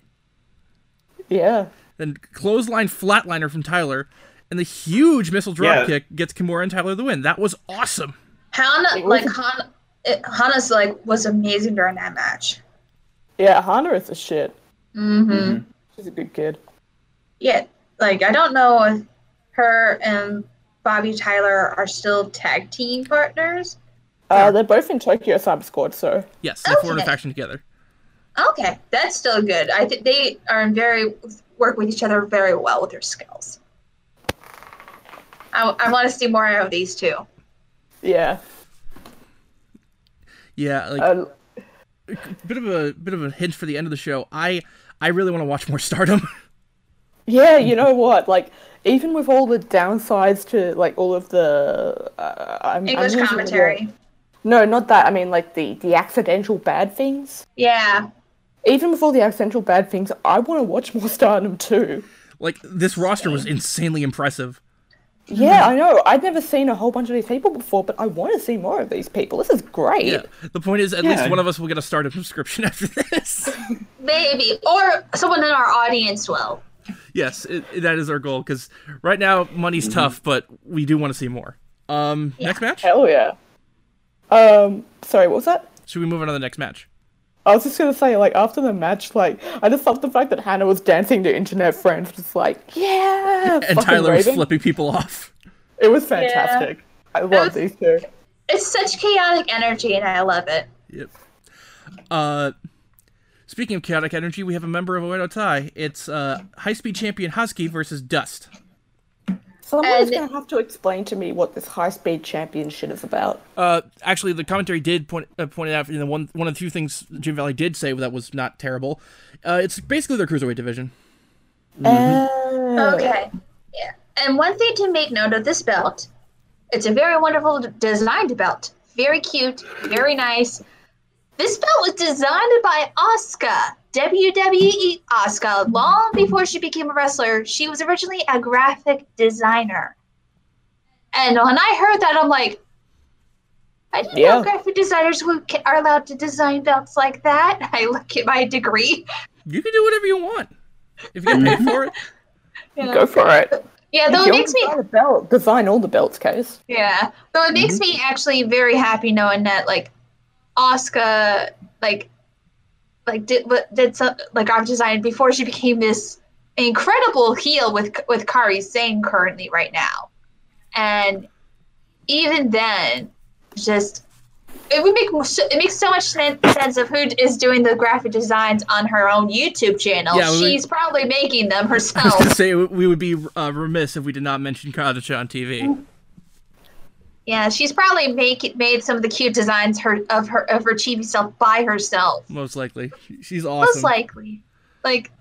Yeah.
Then clothesline flatliner from Tyler, and the huge missile
Yeah.
dropkick gets Kimura and Tyler the win. That was awesome.
Hannah,
It
like
was-
Hannah, it, Hannah's like was amazing during that match.
Yeah, Hana is a shit.
Mm-hmm.
She's a good kid.
Yeah. Like I don't know if her and Bobby Tyler are still tag team partners.
Uh, they're both in Tokyo Cyber Squad, so.
Yes, they formed a
Okay.
faction together.
Okay, that's still good. I think they are in very work with each other very well with their skills. I, I want to see more of these two.
Yeah.
Yeah, like
Uh,
a bit of a bit of a hint for the end of the show. I I really want to watch more Stardom.
yeah, you know what? Like, even with all the downsides to, like, all of the. Uh, I'm, I'm
English
losing the
commentary.
word. No, not that. I mean, like, the, the accidental bad things.
Yeah.
Even with all the accidental bad things, I want to watch more Stardom too.
like this roster was insanely impressive.
Yeah, I know. I'd never seen a whole bunch of these people before, but I want to see more of these people. This is great.
Yeah. The point is, at
Yeah.
least one of us will get a Stardom subscription after this.
Maybe. Or someone in our audience will.
yes, it, it- that is our goal because right now money's tough, but we do want to see more. Um, next match.
Hell Mm-hmm. yeah. Um, sorry, what was that?
Should we move on to the next match?
I was just gonna say, like, after the match, like, I just loved the fact that Hannah was dancing to internet friends, just like, yeah,
And
fucking
Tyler was
raving.
flipping people off.
It was fantastic. I love
was-
these two.
It's such chaotic energy, and I love it.
Yep. Uh, speaking of chaotic energy, we have a member of Oedo Tai. It's uh, high speed champion Husky versus Dust.
Someone's
And-
gonna have to explain to me what this high-speed championship is about.
Uh, actually, the commentary did point uh, pointed out you know, one one of the few things Jim Valley did say that was not terrible. Uh, it's basically their cruiserweight division.
Oh.
Okay. Yeah. And one thing to make note of this belt, it's a very wonderful d- designed belt. Very cute, very nice. This belt was designed by Asuka, WWE Asuka. Long before she became a wrestler, she was originally a graphic designer. And when I heard that, I'm like, I didn't
Yeah.
know graphic designers who ca- are allowed to design belts like that. I look at my degree.
Oh,
You can do whatever you want if you get paid for it.
Go for it.
Yeah, though it makes me
a belt. Design all the belts, case.
Yeah. So it makes
Mm-hmm.
me actually very happy knowing that like Oscar like like did what- did some like art design before she became this incredible heel with with Kari Singh currently right now. And even then just it would make more- so- it makes so much sen- sense of who is doing the graphic designs on her own YouTube channel.
Yeah, we-
She's probably making them
I was
herself.
gonna say we would be uh, remiss if we did not mention Kadacha on TV.
Yeah, she's probably make, made some of the cute designs her of her of her chibi self by herself.
Most likely, She- she's
Most
awesome.
likely, like,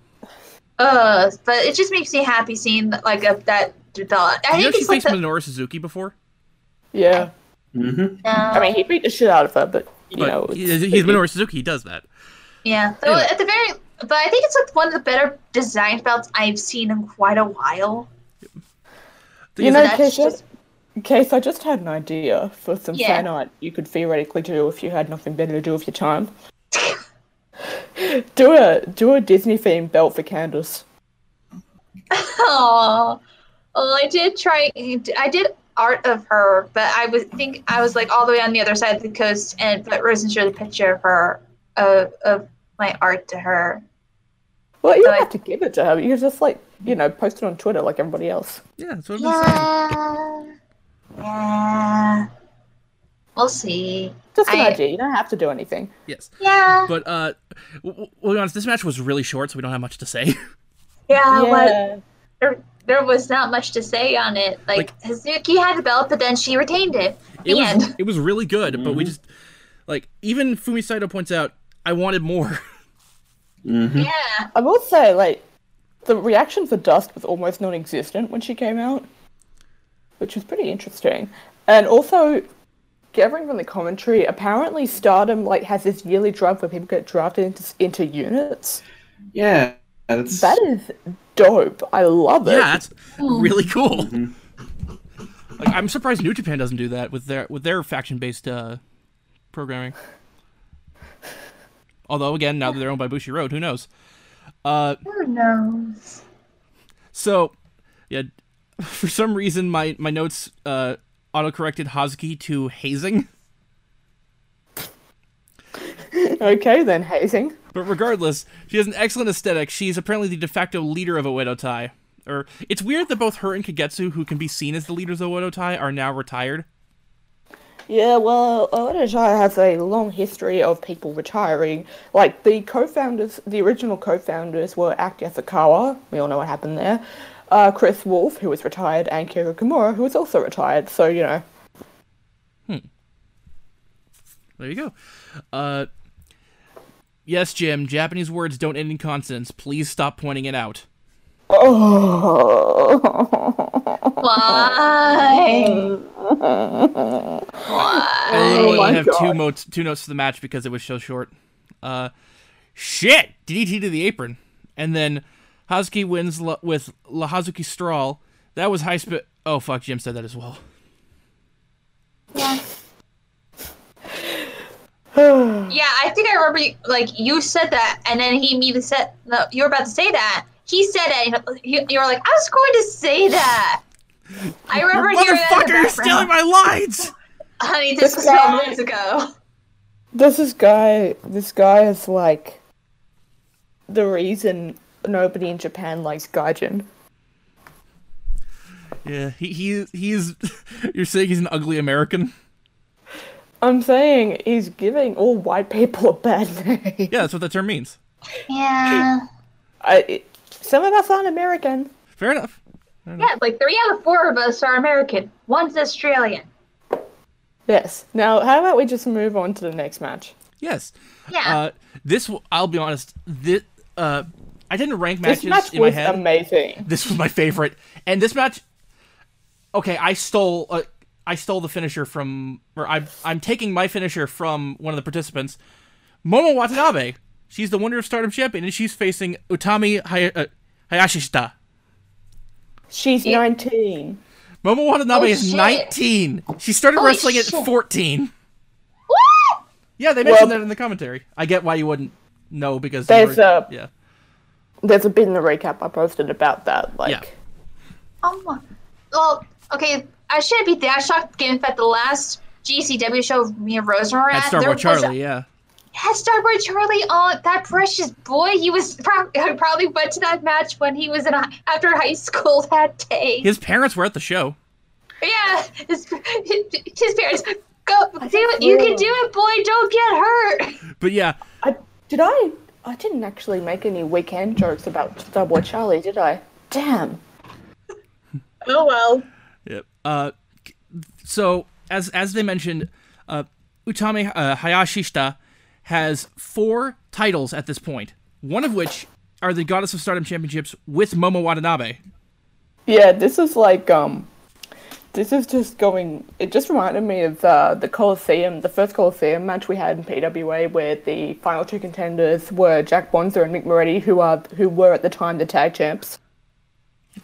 uh, but it just makes me happy seeing that, like of that develop. I
Did you know
think
she
it's like
faced
the,
Minoru Suzuki before?
Yeah.
Mm-hmm.
I mean, he beat the shit out of her, but you know,
but
it's,
he- he's, Minoru Suzuki. He does that.
yeah. So
Anyway.
at the very, but I think it's like one of the better design belts I've seen in quite a while.
The thing
You know,
is-
that's
Case,
just-
Case, I just had an idea for some
Yeah.
fan art you could theoretically do if you had nothing better to do with your time. do a do a Disney themed belt for Candace.
Oh, well, I did try. I did art of her, but I was think I was like all the way on the other side of the coast, and but Rosen showed a picture of her of, of my art to her.
Well, you don't
Like-
have to give it to her. You could just like you know post it on Twitter like everybody else.
yeah, that's what I'm saying.
Yeah, yeah. We'll see.
Just an
I-
idea. You don't have to do anything.
Yes,
Yeah,
but uh, w- w- we'll be honest. This match was really short, so we don't have much to say.
yeah. But
yeah.
there, there was not much to say on it. Like, Hazuki had the belt, but then she retained it.
it
The
was
end.
it was really good, but we just like even Fumi Saito points out, I wanted more.
Mm-hmm.
Yeah.
I will say like the reaction for Dust was almost non-existent when she came out, which was pretty interesting. And also, gathering from the commentary, apparently Stardom like has this yearly drive where people get drafted into into units.
Yeah, that's
That is dope. I love it.
yeah, that's really cool. Like I'm surprised New Japan doesn't do that with their with their faction based uh, programming. Although again, now that they're owned by Bushi Road, who knows? Uh,
Who knows?
so yeah, for some reason my my notes uh, auto corrected Hazuki to hazing.
Okay then, hazing.
But regardless, she has an excellent aesthetic. She's apparently the de facto leader of Oedo Tai. Or it's weird that both her and Kagetsu, who can be seen as the leaders of Oedo Tai, are now retired.
Yeah, well, Oedipus has a long history of people retiring. Like, the co founders, the original co founders were Aki Asakawa, we all know what happened there, uh, Chris Wolf, who was retired, and Kyoko Kimura, who was also retired. So, you know,
There you go. Uh, yes, Jim. Japanese words don't end in consonants. Please stop pointing it out.
oh,
Why?
I only
Oh my
have two
God.
mo- two notes to the match because it was so short. Uh, shit! DDT to the apron, and then Hazuki wins la- with Lahazuki Strawl. That was high spit. Oh fuck! Jim said that as well.
Yeah. yeah, I think I remember. you- Like you said that, and then he immediately said, "No, you were about to say that." He said it. And you, you were like, "I was going to say that." I remember hearing that in
Motherfucker,
the
you're stealing
background.
my lines!
Honey, this was
That's
twelve
right.
minutes ago.
There's this guy. This guy is like the reason nobody in Japan likes Gaijin.
Yeah, he he he's. You're saying he's an ugly American?
I'm saying he's giving all white people a bad name.
Yeah, that's what that term means.
Yeah.
I, it, some of us aren't American.
Fair enough.
Yeah, like three out of four of us are American. One's Australian.
Yes. Now, how about we just move on to the next match?
Yes.
Yeah.
Uh, this w- I'll be honest. This uh, I didn't rank matches
This match
in my
was
head.
amazing.
this was my favorite, and this match. Okay, I stole. Uh, I stole the finisher from, or I'm I'm taking my finisher from one of the participants, Momo Watanabe. She's the Wonder of Stardom champion, and she's facing Utami Hay- uh, Hayashishita.
She's 19.
Momo Watanabe
Oh,
is
shit.
19. She started
Holy
wrestling at
shit.
14.
what?
Yeah, they mentioned
Well-
that in the commentary. I get why you wouldn't know because
There's
you were-
a-
yeah.
There's a bit in the recap I posted about that. Like,
Yeah.
Oh my. Well, okay. I should be that shocked given that the last GCW show me and Rose were
At
at. there
Starboy
was-
Charlie, yeah.
Had Starboy Charlie. Oh, that precious boy. He was prob- I probably went to that match when he was in hi- after high school that day.
His parents were at the show.
yeah. His, his, his parents. Go do it. You can do it, boy. Don't get hurt.
But yeah,
I did I I didn't actually make any weekend jokes about Starboy Charlie, did I? Damn.
Oh well.
Yep. Uh, k- so as as they mentioned, uh, Utame uh, Hayashishita has four titles at this point. One of which are the Goddess of Stardom Championships with Momo Watanabe.
Yeah, this is like um this is just going it just reminded me of uh, the Coliseum the first Coliseum match we had in PWA where the final two contenders were Jack Bonzer and Mick Moretti who are who were at the time the tag champs.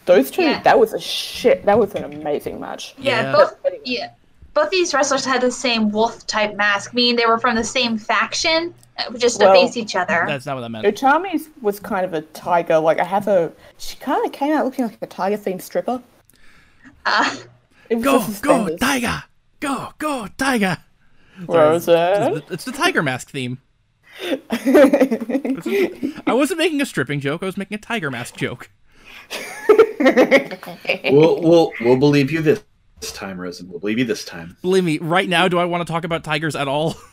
Those two
Yeah.
that was a shit that was an amazing match.
Yeah,
Yeah.
both yeah, both these wrestlers had the same wolf type mask, meaning they were from the same faction, uh, just to
Well,
face each other.
That's not what that meant.
Uchami's was kind of a tiger, like I have a she kinda came out looking like a tiger themed stripper.
Uh,
It was
Go
just
go
suspenders.
Taiga! Go go Taiga!
Roseanne.
It's the, it's the tiger mask theme. I wasn't making a stripping joke. I was making a tiger mask joke.
we'll we'll we'll believe you this, this time, Rosen. We'll believe you this time.
Believe me, right now, do I want to talk about tigers at all?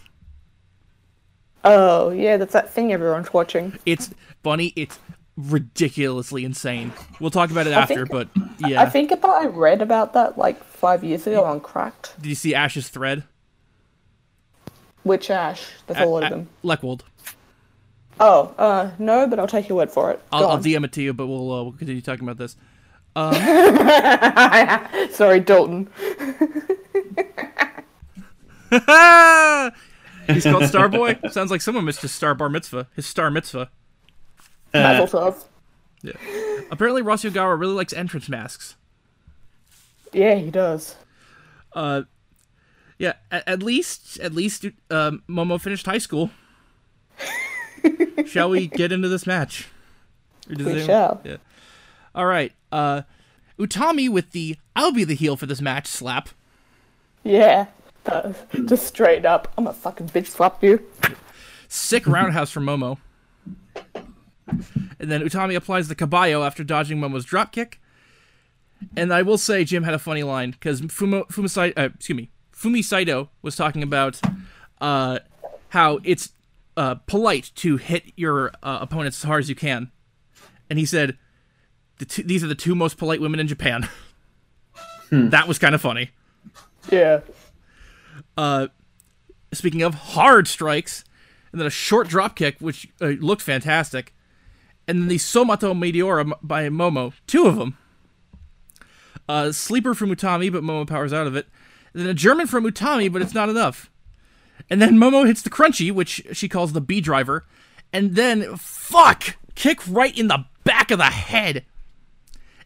Oh yeah, that's that thing everyone's watching.
It's funny. It's ridiculously insane. We'll talk about it after,
think-
but yeah.
I think about I read about that like five years ago on Cracked.
Did you see Ash's thread?
Which Ash? There's a
Uh,
lot of them.
Leckwold.
Oh, uh, no, but I'll take your word for it.
I'll,
Go
I'll
on.
DM it to you, but we'll uh, we'll continue talking about this.
Sorry, Dalton.
He's called Starboy. Sounds like someone missed his star bar mitzvah. His star mitzvah. Uh,
Mazel tov.
Apparently, Ross Yogawa really likes entrance masks.
Yeah, he does.
Yeah, at, at least at least um, Momo finished high school. shall we get into this match? Or does
We
anyone-
shall.
Yeah. All right. Uh, Utami with the "I'll be the heel for this match" slap.
Yeah. Uh, Just straight up, I'm a fucking bitch slap you.
Sick roundhouse from Momo. And then Utami applies the caballo after dodging Momo's dropkick. And I will say Jim had a funny line because Fumo, Fumisai, uh, excuse me, Fumi Saito was talking about uh, how it's uh, polite to hit your uh, opponents as hard as you can, and he said, the two, "These are the two most polite women in Japan." That was kind of funny.
Yeah.
Speaking of hard strikes, and then a short drop kick, which uh, looked fantastic, and then the Somato Meteora m- by Momo, two of them. A sleeper from Utami, but Momo powers out of it. And then a German from Utami, but it's not enough. And then Momo hits the crunchy, which she calls the B driver, and then fuck, kick right in the back of the head.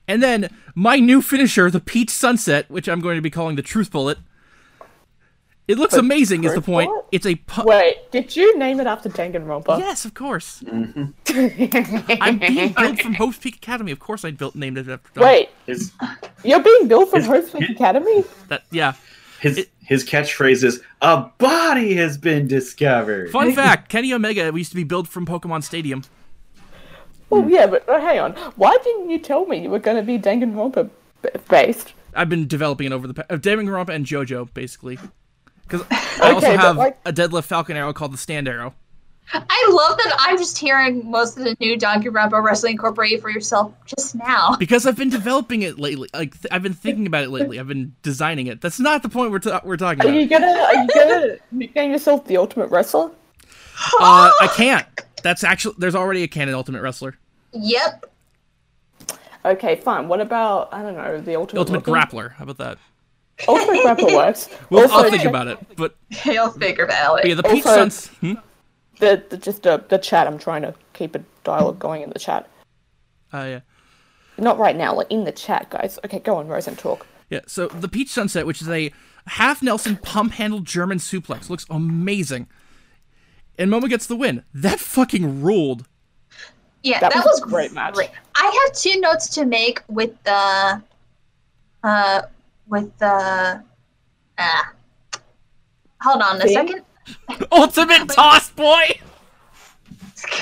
And then my new finisher, the Peach Sunset, which I'm going to be calling the Truth Bullet. It looks amazing, is the
Truth
point.
Bullet?
It's a pu-
Wait, did you name it after Danganronpa?
Yes, of course. I'm being billed from Hope's Peak Academy. Of course, I built named it after. Dom.
Wait,
His
you're being billed from Host Week Academy?
that yeah.
his his catchphrase is "A body has been discovered."
Fun fact: Kenny Omega used to be billed from Pokemon Stadium. Hmm.
Well, yeah, but uh, hang on. Why didn't you tell me you were going to be Danganronpa b- based?
I've been developing it over the pa- uh, Damon Garompa and JoJo basically, because I also
Okay, but
have
like-
a deadlift Falcon arrow called the Stand Arrow.
I love that I'm just hearing most of the new Donkey Rambo Wrestling Incorporated for yourself just now.
Because I've been developing it lately. Like th- I've been thinking about it lately. I've been designing it. That's not the point we're ta- we're talking
Are you
about.
gonna are you gonna nickname yourself the Ultimate Wrestler?
Uh, I can't. That's actually there's already a canon Ultimate Wrestler,
Yep.
Okay, fine. What about I don't know the Ultimate
Ultimate
Weapon?
Grappler. How about that?
Ultimate Grapple works.
Well,
also,
I'll think about it. But
He'll figure about it.
yeah, the Peach
Also-
Suns. Hmm?
the, the just uh, the chat. I'm trying to keep a dialogue going in the chat.
Uh, yeah.
Not right now, like in the chat, guys. Okay, go on, Rose, and talk.
Yeah, so the Peach Sunset, which is a half Nelson pump handle German suplex, looks amazing. And Momo gets the win. That fucking ruled.
yeah,
that
that,
was
was,
a great match.
I have two notes to make with the uh, with the. ah. Hold on a
See?
second.
Ultimate toss boy.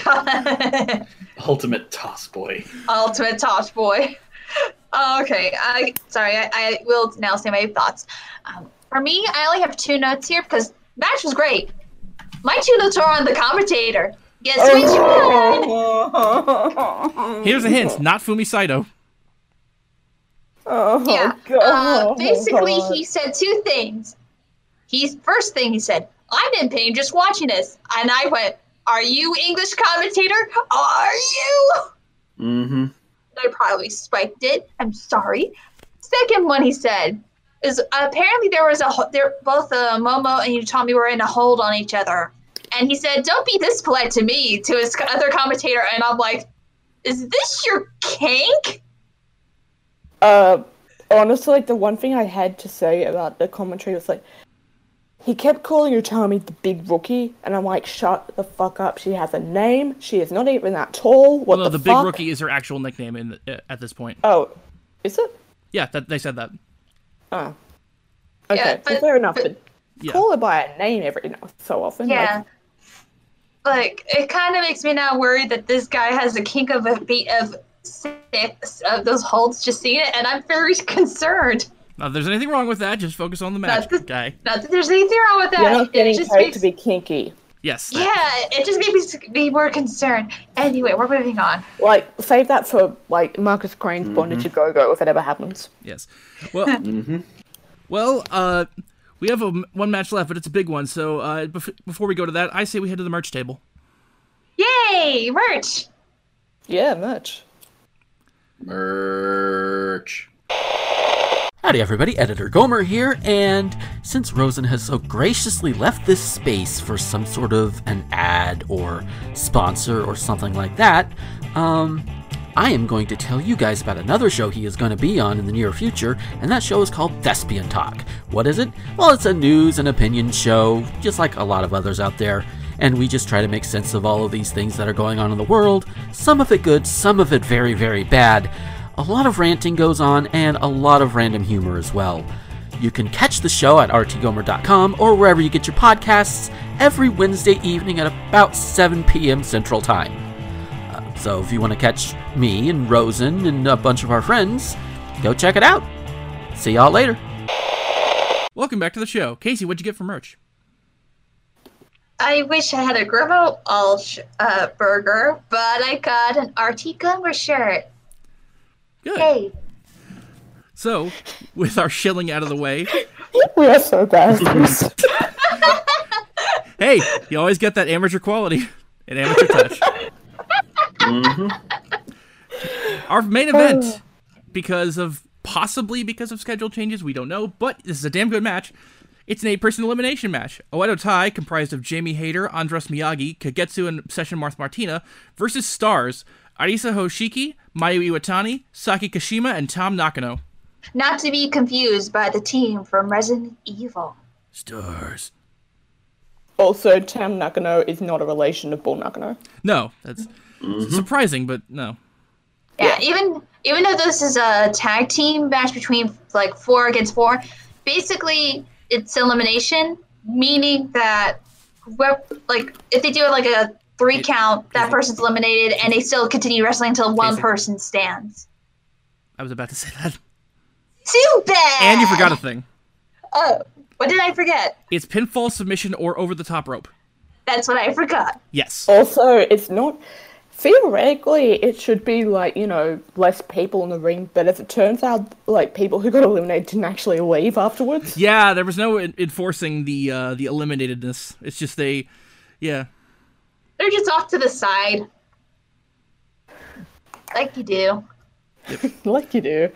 Ultimate toss boy.
Ultimate Tosh Boy. Oh, okay, I sorry. I, I will now say my thoughts. Um, for me, I only have two notes here because match was great. My two notes are on the commentator. Guess which one?
Oh,
Here's a hint. Not Fumi Saito.
yeah.
Oh, God. Oh,
Uh, basically, he said two things. He first thing he said, "I'm in pain just watching this," and I went, "Are you English commentator? Are you?"
Mm-hmm.
I probably spiked it. I'm sorry. Second one he said is apparently there was a ho- there both uh, Momo and Utami were in a hold on each other, and he said, "Don't be this polite to me," to his co- other commentator, and I'm like, "Is this your kink?"
Uh, honestly, like the one thing I had to say about the commentary was like, he kept calling Utami the big rookie, and I'm like, shut the fuck up. She has a name. She is not even that tall. What
Although
the,
the big
fuck?
rookie is her actual nickname in uh, at this point.
Oh, is it?
Yeah, that they said that.
Oh.
Yeah,
Okay, well,
but-
fair enough.
but-
But,
Yeah.
call her by her name every now so often. like-
Yeah. Like it kind of makes me now worried that this guy has a kink of a beat of six of those holds just seeing it, and I'm very concerned.
Now, if there's anything wrong with that, just focus on the match,
That's-
okay?
Not that there's anything wrong with that.
you're not
it
getting
just
paid
makes-
to be kinky.
Yes. that-
Yeah, it just made me s- be more concerned. Anyway, we're moving on.
Like, save that for like Marcus Crane's Bondage to Go Go if it ever happens.
Yes. Well. Well. Uh, we have a, m- one match left, but it's a big one. So uh, bef- before we go to that, I say we head to the merch table.
Yay, merch!
Yeah, much.
Merch.
Howdy, everybody. Editor Gomer here, and since Rosen has so graciously left this space for some sort of an ad or sponsor or something like that, um, I am going to tell you guys about another show he is going to be on in the near future, and that show is called Thespian Talk. What is it? Well, it's a news and opinion show, just like a lot of others out there, and we just try to make sense of all of these things that are going on in the world, some of it good, some of it very, very bad. A lot of ranting goes on and a lot of random humor as well. You can catch the show at rtgomer.com or wherever you get your podcasts every Wednesday evening at about 7 p.m. Central Time. Uh, so if you want to catch me and Rosen and a bunch of our friends, go check it out. See y'all later.
Welcome back to the show, Casey. What'd you get for merch?
I wish I had a Grubble Alch uh, burger, but I got an RT Gummer shirt.
Good.
Hey,
So, with our shilling out of the way,
We are so bastards.
hey, you always get that amateur quality and amateur touch. Our main event, because of possibly because of schedule changes, we don't know, but this is a damn good match. It's an eight person elimination match. Oedo Tai, comprised of Jamie Hayter, Andres Miyagi, Kagetsu, and Obsession Marth Martina, versus Stars, Arisa Hoshiki, Mayu Iwatani, Saki Kashima, and Tom Nakano.
not to be confused by the team from Resident Evil.
Stars.
also, Tam Nakano is not a relation of Bull Nakano.
No, that's surprising, but no.
Yeah, even even though this is a tag team match between like four against four, basically it's elimination, meaning that whoever- like if they do it like a three count, that person's eliminated, and they still continue wrestling until one
Casey.
person stands.
I was about to say that.
Too bad.
And you forgot a thing.
Oh, what did I forget?
It's pinfall, submission, or over the top rope.
That's what I forgot.
Yes.
Also, it's not. Theoretically, it should be like, you know, less people in the ring, but as it turns out, like, people who got eliminated didn't actually leave afterwards.
Yeah, there was no en- enforcing the uh, the eliminatedness. It's just they, yeah,
They're just off to the side, like you do.
Like you do.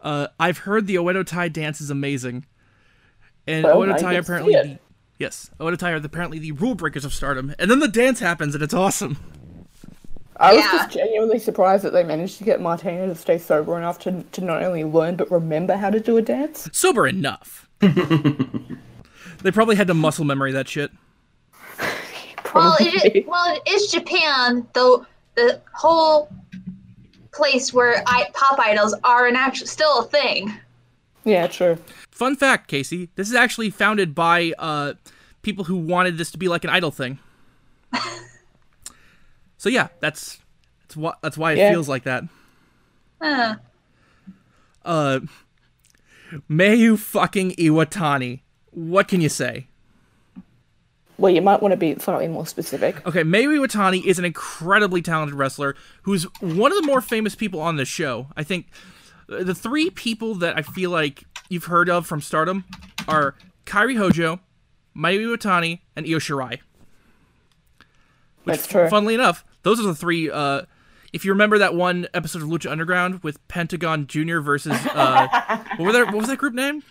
Uh, I've heard the Oedo Tai dance is amazing, and
Well,
Oedo
I
Tai
can
apparently
see it.
the, yes, Oedo Tai are apparently the rule breakers of Stardom, and then the dance happens and it's awesome.
I was
Yeah.
just genuinely surprised that they managed to get Martina to stay sober enough to, to not only learn but remember how to do a dance.
Sober enough. they probably had to muscle memory that shit.
Well, it is, well, it is Japan, though the whole place where I, pop idols are an actual still a thing.
Yeah, true.
Fun fact, Casey, this is actually founded by uh, people who wanted this to be like an idol thing. so yeah, that's that's why that's why it
Yeah.
feels like that.
Huh.
Uh, Mayu fucking Iwatani. What can you say?
Well, you might want to be slightly more specific.
Okay, Mayu Iwatani is an incredibly talented wrestler who's one of the more famous people on this show. I think uh, the three people that I feel like you've heard of from Stardom are Kairi Hojo, Mayu Iwatani, and Io Shirai.
That's true.
Funnily enough, those are the three. Uh, if you remember that one episode of Lucha Underground with Pentagon Junior versus uh, what, were their, what was that group name?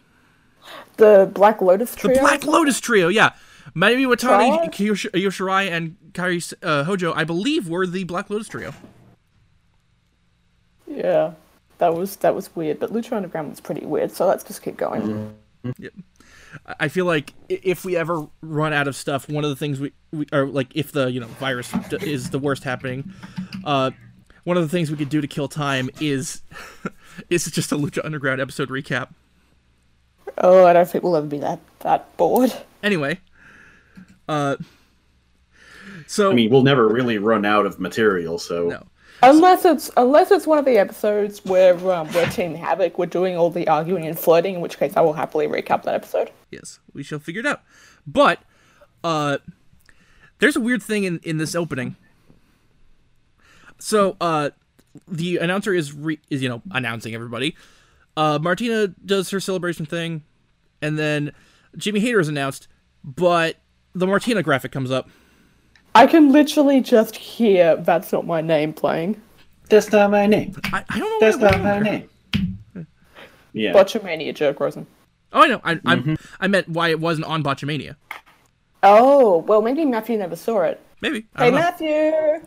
The Black Lotus
The
trio.
Black Lotus Trio, yeah. Mayu Iwatani,
Right?
Kiyosh- Yoshirai, and Kairi uh, Hojo, I believe, were the Black Lotus Trio.
Yeah, that was that was weird. But Lucha Underground was pretty weird. So let's just keep going.
Mm-hmm. I- I feel like i- if we ever run out of stuff, one of the things we, we or like if the you know virus d- is the worst happening, uh, one of the things we could do to kill time is is just a Lucha Underground episode recap.
Oh, I don't think we'll ever be that that bored.
Anyway, uh, so
I mean, we'll never really run out of material, so
No.
Unless it's unless it's one of the episodes where um, we're Team Havoc, we're doing all the arguing and flirting. In which case, I will happily recap that episode.
Yes, we shall figure it out. But uh there's a weird thing in in this opening. So uh the announcer is re- is you know announcing everybody. Uh Martina does her celebration thing and then Jimmy Hater is announced, but the Martina graphic comes up.
I can literally just hear "That's Not My Name" playing.
that's not my name.
I, I don't know
That's
what went
not
on
my
there.
name. Yeah,
Botchamania, Jerk Rosen.
Oh, I know. I I'm I meant why it wasn't on Botchamania.
Oh well, maybe Matthew never saw it.
Maybe. I
Hey,
don't know.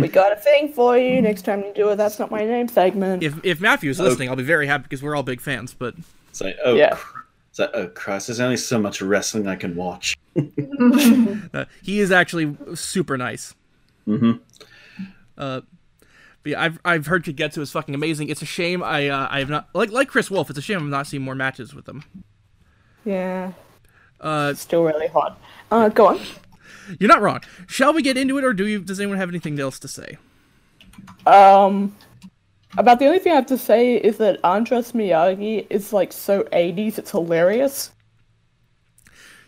we got a thing for you next time you do a "That's Not My Name" segment.
If if Matthew's listening, I'll be very happy because we're all big fans, but
it's like oh,
Yeah.
cr- it's like, oh Christ, there's only so much wrestling I can watch.
Uh, he is actually super nice. Mm-hmm. Uh, but yeah, I've I've heard Kagetsu is fucking amazing. It's a shame I uh, I have not like like Chris Wolf. It's a shame I'm not seeing more matches with him.
Yeah,
Uh,
still really hot. Uh, go on.
you're not wrong. Shall we get into it, or do you? Does anyone have anything else to say?
Um, about the only thing I have to say is that Andres Miyagi is like so 80s, it's hilarious.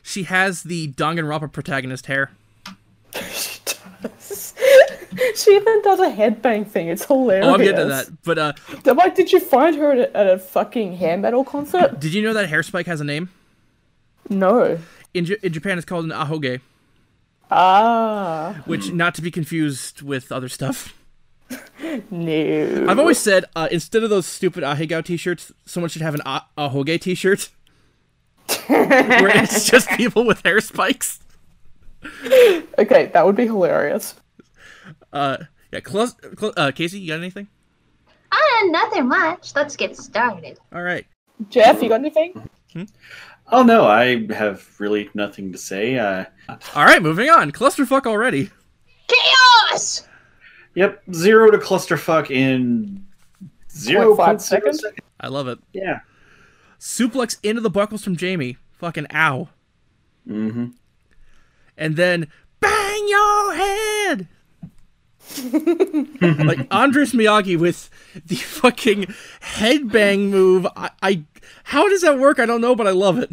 She has the Danganronpa protagonist hair.
she does. she even does a headbang thing. It's hilarious.
Oh, I'm getting to that. But uh,
I'm like, did you find her at a, at a fucking hair metal concert?
did you know that hair spike has a name?
No.
In, J- in Japan, it's called an ahoge,
Ah,
which not to be confused with other stuff.
no.
I've always said uh, instead of those stupid Ahigao t-shirts, someone should have an ah- Ahoge t-shirt. Where it's just people with hair spikes.
Okay, that would be hilarious.
Uh, yeah, close, close, uh, Casey, you got anything?
Ah, nothing much. Let's get started.
All right.
Jeff, you got anything?
Oh no, I have really nothing to say. Uh,
All right, moving on. Clusterfuck already.
Chaos!
yep, zero to clusterfuck in zero
five
point zero
seconds?
seconds.
I love it.
Yeah,
Suplex into the buckles from Jamie. Fucking ow.
mm-hmm.
And then bang your head. like Andres Miyagi with the fucking headbang move. I, I how does that work? I don't know, but I love it.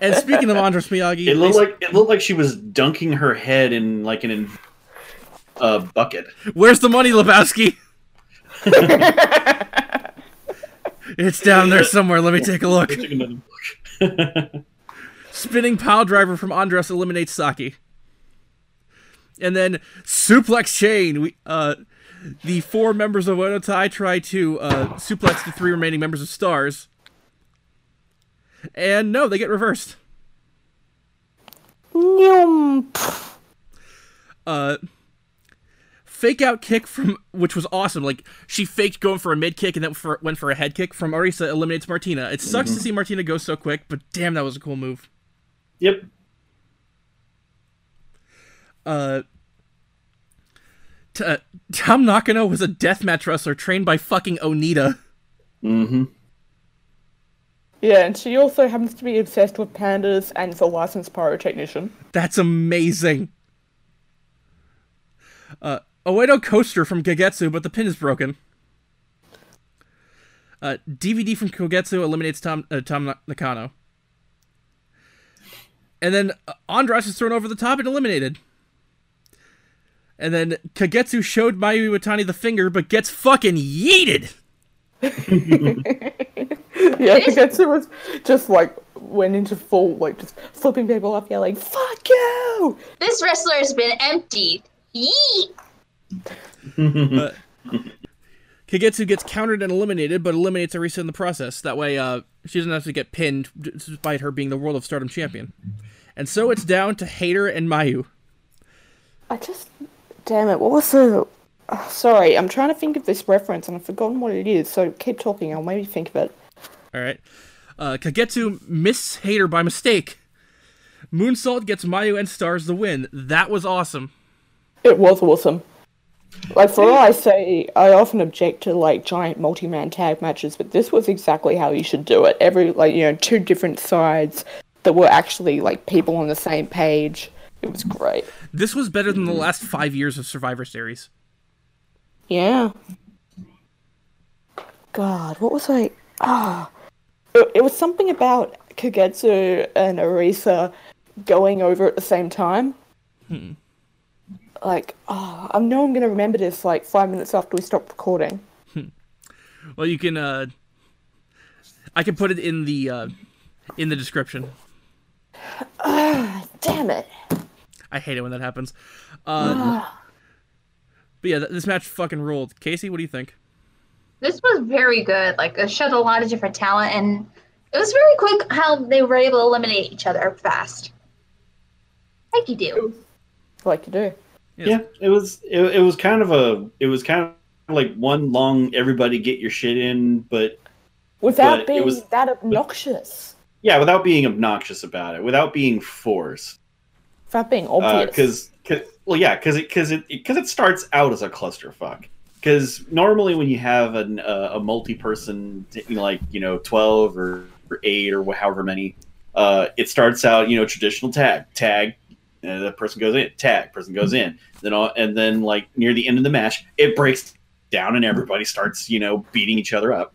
and speaking of Andres Miyagi,
it looked
they-
like it looked like she was dunking her head in like an in- uh, bucket.
where's the money, Lebowski? it's down there somewhere. Let me take a look.
Took another look.
Spinning pile driver from Andres eliminates Saki. And then suplex chain. We uh the four members of Onotai try to uh suplex the three remaining members of Stars. And no, they get reversed.
Nyum.
Uh fake out kick from which was awesome. Like she faked going for a mid kick and then for, went for a head kick from Arisa eliminates Martina. It sucks to see Martina go so quick, but damn that was a cool move.
Yep.
uh T- uh, Tom Nakano was a deathmatch wrestler trained by fucking Onita.
Mm-hmm.
Yeah, and she also happens to be obsessed with pandas and is a licensed pyrotechnician.
That's amazing. Uh, Oedo Coaster from Gagetsu, but the pin is broken. Uh, DVD from Kogetsu eliminates Tom uh, Tom Na- Nakano. And then uh, Andras is thrown over the top and eliminated. And then Kagetsu showed Mayu Iwatani the finger, but gets fucking yeeted.
Yeah, I guess it was just like went into full like just flipping people off, yelling "fuck you."
This wrestler has been emptied. Yeet.
Kagetsu gets countered and eliminated, but eliminates Arisa in the process. That way, uh, she doesn't have to get pinned, d- despite her being the World of Stardom champion. And so it's down to Hater and Mayu.
I just, damn it, what was the? Ah, sorry, I'm trying to think of this reference and I've forgotten what it is. So keep talking, I'll maybe think of it.
All right. Uh, Kagetsu miss Hater by mistake. Moonsault gets Mayu and Stars the win. That was awesome.
It was awesome. Like for all I say, I often object to like giant multi-man tag matches, but this was exactly how you should do it. Every like you know two different sides that were actually like people on the same page. It was great.
This was better than the last five years of Survivor Series.
Yeah. God, what was I? Ah, it, it was something about Kagetsu and Arisa going over at the same time. Hmm. Like, oh, I know I'm gonna remember this like five minutes after we stop recording.
Well, you can. Uh, I can put it in the uh, in the description.
Damn it!
I hate it when that happens. Uh, but yeah, th- this match fucking ruled. Casey, what do you think?
this was very good. Like it showed a lot of different talent, and it was very quick how they were able to eliminate each other fast. Like you do.
Like you do.
Yeah, it was it, it was kind of a it was kind of like one long everybody get your shit in, but
Without
it
being
was-
that obnoxious.
yeah, without being obnoxious about it, without being forced.
Without being
Uh,
obvious.
because well yeah because it because it because it starts out as a clusterfuck because normally when you have an, uh, a multi-person t- like you know 12 or, or 8 or wh- however many uh, it starts out you know traditional tag tag and the person goes in tag person goes in then all, and then like near the end of the match it breaks down and everybody starts you know beating each other up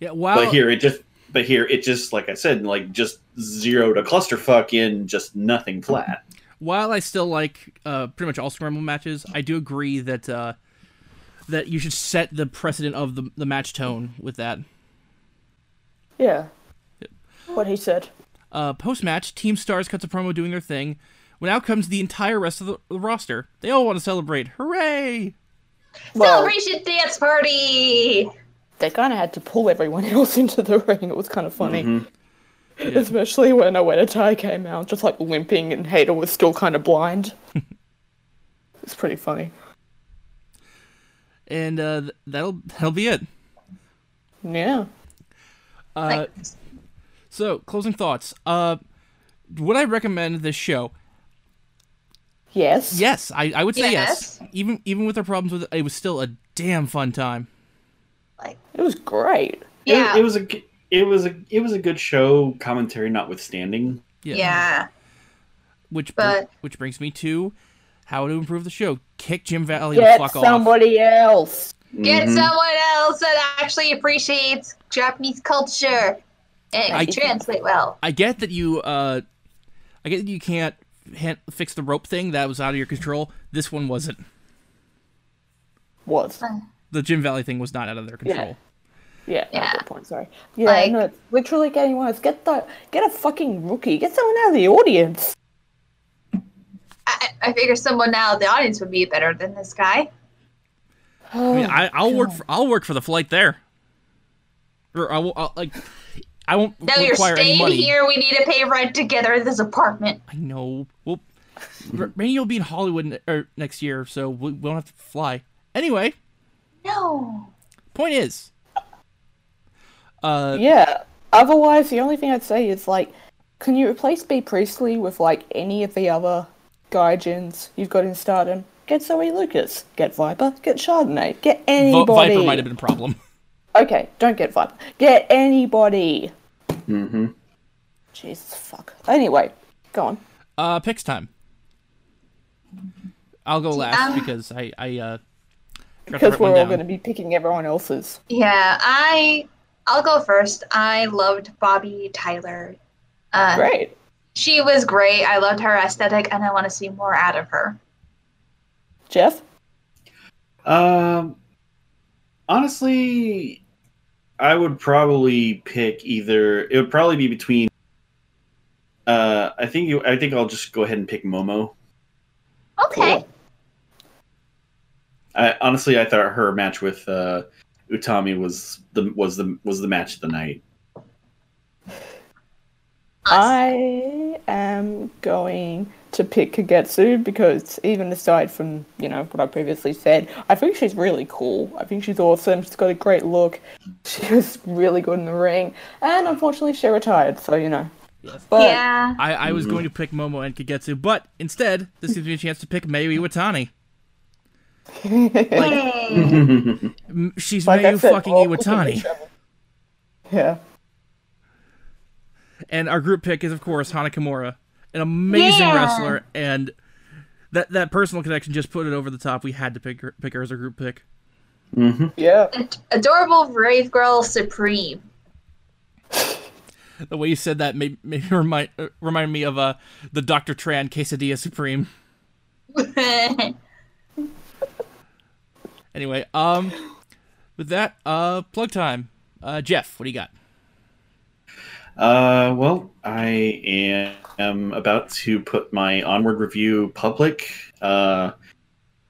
Yeah, wow.
but here it just but here it just like i said like just zero to clusterfuck in just nothing flat
while I still like uh, pretty much all scramble matches, I do agree that uh, that you should set the precedent of the, the match tone with that.
Yeah. What he said.
Uh, Post match, Team Stars cuts a promo doing their thing. When out comes the entire rest of the, the roster, they all want to celebrate. Hooray!
Well,
Celebration dance party.
they kind of had to pull everyone else into the ring. It was kind of funny.
Mm-hmm.
Especially when Oedetai came out, just like limping, and Hater was still kind of blind. it's pretty funny.
And uh, th- that'll that'll be it.
Yeah.
Uh, so closing thoughts. Uh, would I recommend this show?
Yes.
Yes, I, I would say yes.
Yes.
Even even with our problems with it, it was still a damn fun time.
It was great.
It-
Yeah.
It, was a g- it was a it was a good show commentary notwithstanding.
yeah.
Which br-
But-
which brings me to how to improve the show. Kick Jim Valley the
Get
fuck off.
somebody else.
Get
Mm-hmm.
Mhm.
someone else that actually appreciates Japanese culture and
I-
can translate well.
I get that you uh, I get that you can't ha- fix the rope thing. That was out of your control. This one wasn't.
Was.
The Jim Valley thing was not out of their control.
Yeah.
Yeah.
yeah. Good point. Sorry. Yeah.
Like-
no, it's literally getting worse. Get the get a fucking rookie. Get someone out of the audience.
I, I figure someone out in the audience would be better than this guy.
I mean, I, I'll work for I'll work for the flight there. Or I will I'll, like I won't
No, you're
require any
staying
money.
here. We need to pay rent together in this apartment.
I know. Well,
Mm.
R- Rainey will be in Hollywood ne- er, next year, so we we don't have to fly. Anyway,
No.
point is, uh,
Yeah. Otherwise, the only thing I'd say is like, can you replace B Priestley with like any of the other gaijins you've got in Stardom? Get Zoe Lucas. Get Viper. Get Chardonnay. Get
Vi-
anybody.
Viper might have been a problem.
Okay, don't get Viper. Get anybody.
Mm-hmm.
Jesus fuck. Anyway, go on.
Uh, picks time. I'll go
Um,
last because I I uh. forgot to
Because
write one
we're all
down.
going to be picking everyone else's.
Yeah, I I'll go first. I loved Bobby Tyler. Uh,
Great.
She was great. I loved her aesthetic, and I want to see more out of her.
Jeff?
Um, honestly, I would probably pick either. It would probably be between. Uh, I think you. I think I'll just go ahead and pick Momo.
Okay.
I honestly, I thought her match with uh, Utami was the was the was the match of the night.
I am going to pick Kagetsu because even aside from, you know, what I previously said, I think she's really cool. I think she's awesome. She's got a great look. She was really good in the ring. And unfortunately she retired, so you know. But
yeah.
I, I was going to pick Momo and Kagetsu, but instead, this gives me a chance to pick Mayu Iwatani.
Yay.
M- She's
like I
Mayu
said,
fucking
all looking at
Iwatani.
each other. Yeah.
And our group pick is, of course, Hana Kimura, an amazing
Yeah.
wrestler, and that that personal connection just put it over the top. We had to pick her, pick her as our group pick.
Yeah.
Ad- Adorable brave girl supreme.
The way you said that made, made me remind uh, remind me of uh, the Dr. Tran Quesadilla Supreme. Anyway, um, with that, uh, plug time. Uh, Jeff, what do you got?
Uh, well, I am about to put my onward review public. Uh,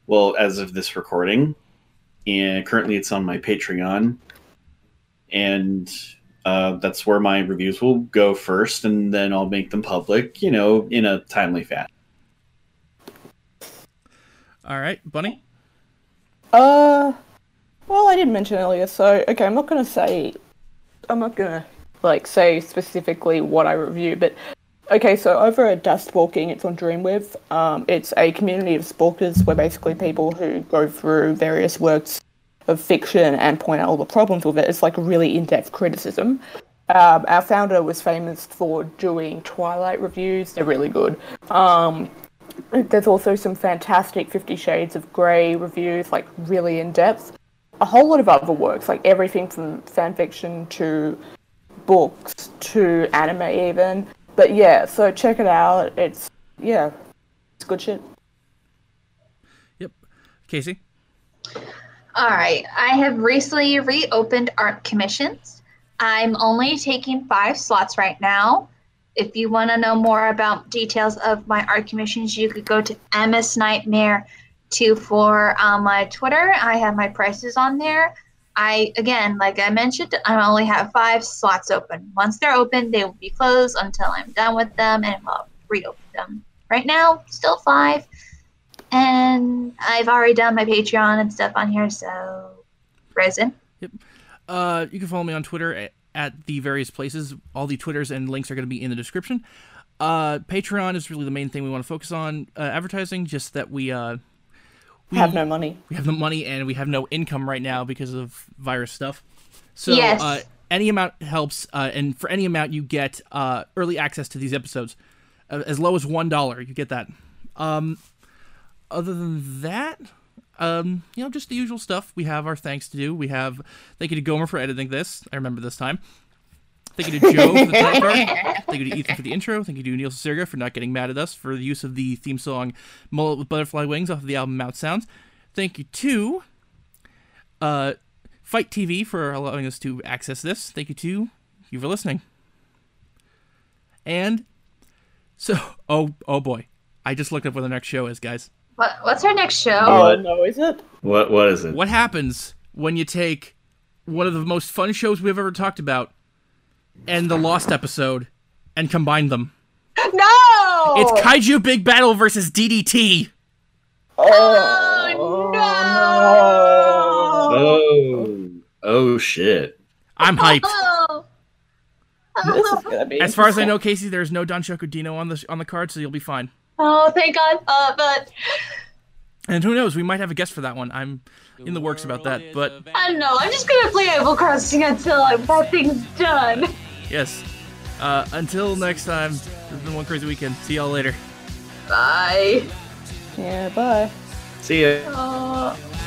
well, as of this recording, and currently it's on my Patreon, and uh, that's where my reviews will go first, and then I'll make them public. You know, in a timely fashion.
All right, Bunny.
Uh, well, I did mention earlier, so okay, I'm not gonna say, I'm not gonna like say specifically what I review, but okay, so over at Dust Walking, it's on Dreamwave. Um, it's a community of sporkers where basically people who go through various works of fiction and point out all the problems with it. It's like a really in-depth criticism. Um, our founder was famous for doing Twilight reviews. They're really good. Um, there's also some fantastic Fifty Shades of Grey reviews, like really in depth. A whole lot of other works, like everything from fan fiction to books to anime, even. But yeah, so check it out. It's yeah, it's good shit.
Yep. Casey.
All right. I have recently reopened art commissions. I'm only taking five slots right now. If you want to know more about details of my art commissions, you could go to MS Nightmare 24 on my Twitter. I have my prices on there. I again, like I mentioned, I only have five slots open. Once they're open, they will be closed until I'm done with them, and I'll reopen them. Right now, still five. And I've already done my Patreon and stuff on here, so resin.
Uh, you can follow me on Twitter at, at the various places. All the Twitters and links are going to be in the description. Uh, Patreon is really the main thing we want to focus on. Uh, advertising, just that we uh, we
Have no money.
we have no money and we have no income right now because of virus stuff. So
Yes.
uh, any amount helps, uh, and for any amount you get uh, early access to these episodes, uh, as low as one dollar, you get that. Um, other than that, um, you know, just the usual stuff. We have our thanks to do. We have thank you to Gomer for editing this. I remember this time. Thank you to Joe for the threat bar. Thank you to Ethan for the intro. Thank you to Neil Sirga for not getting mad at us for the use of the theme song Mullet with Butterfly Wings off of the album Mount Sounds. Thank you to uh, Fight TV for allowing us to access this. Thank you to you for listening. And so, oh, oh boy. I just looked up what the next show is, guys.
What, what's our next show?
Oh
What?
no, is it?
What what is it?
What happens when you take one of the most fun shows we've ever talked about and the Lost episode and combine them?
No!
It's Kaiju Big Battle versus DDT.
oh, no!
Oh oh shit!
I'm hyped.
Oh.
This
Oh.
is gonna be
As far as I know, Casey, there's no Don Chocodino on the on the card, so you'll be fine.
Oh, thank God. Uh, but
And who knows? We might have a guest for that one. I'm in the works about that. But
I don't know. I'm just gonna play Animal Crossing until like, that thing's done.
yes, uh, until next time, this has been one crazy weekend. See y'all later.
Bye.
Yeah, bye.
See ya.
Uh,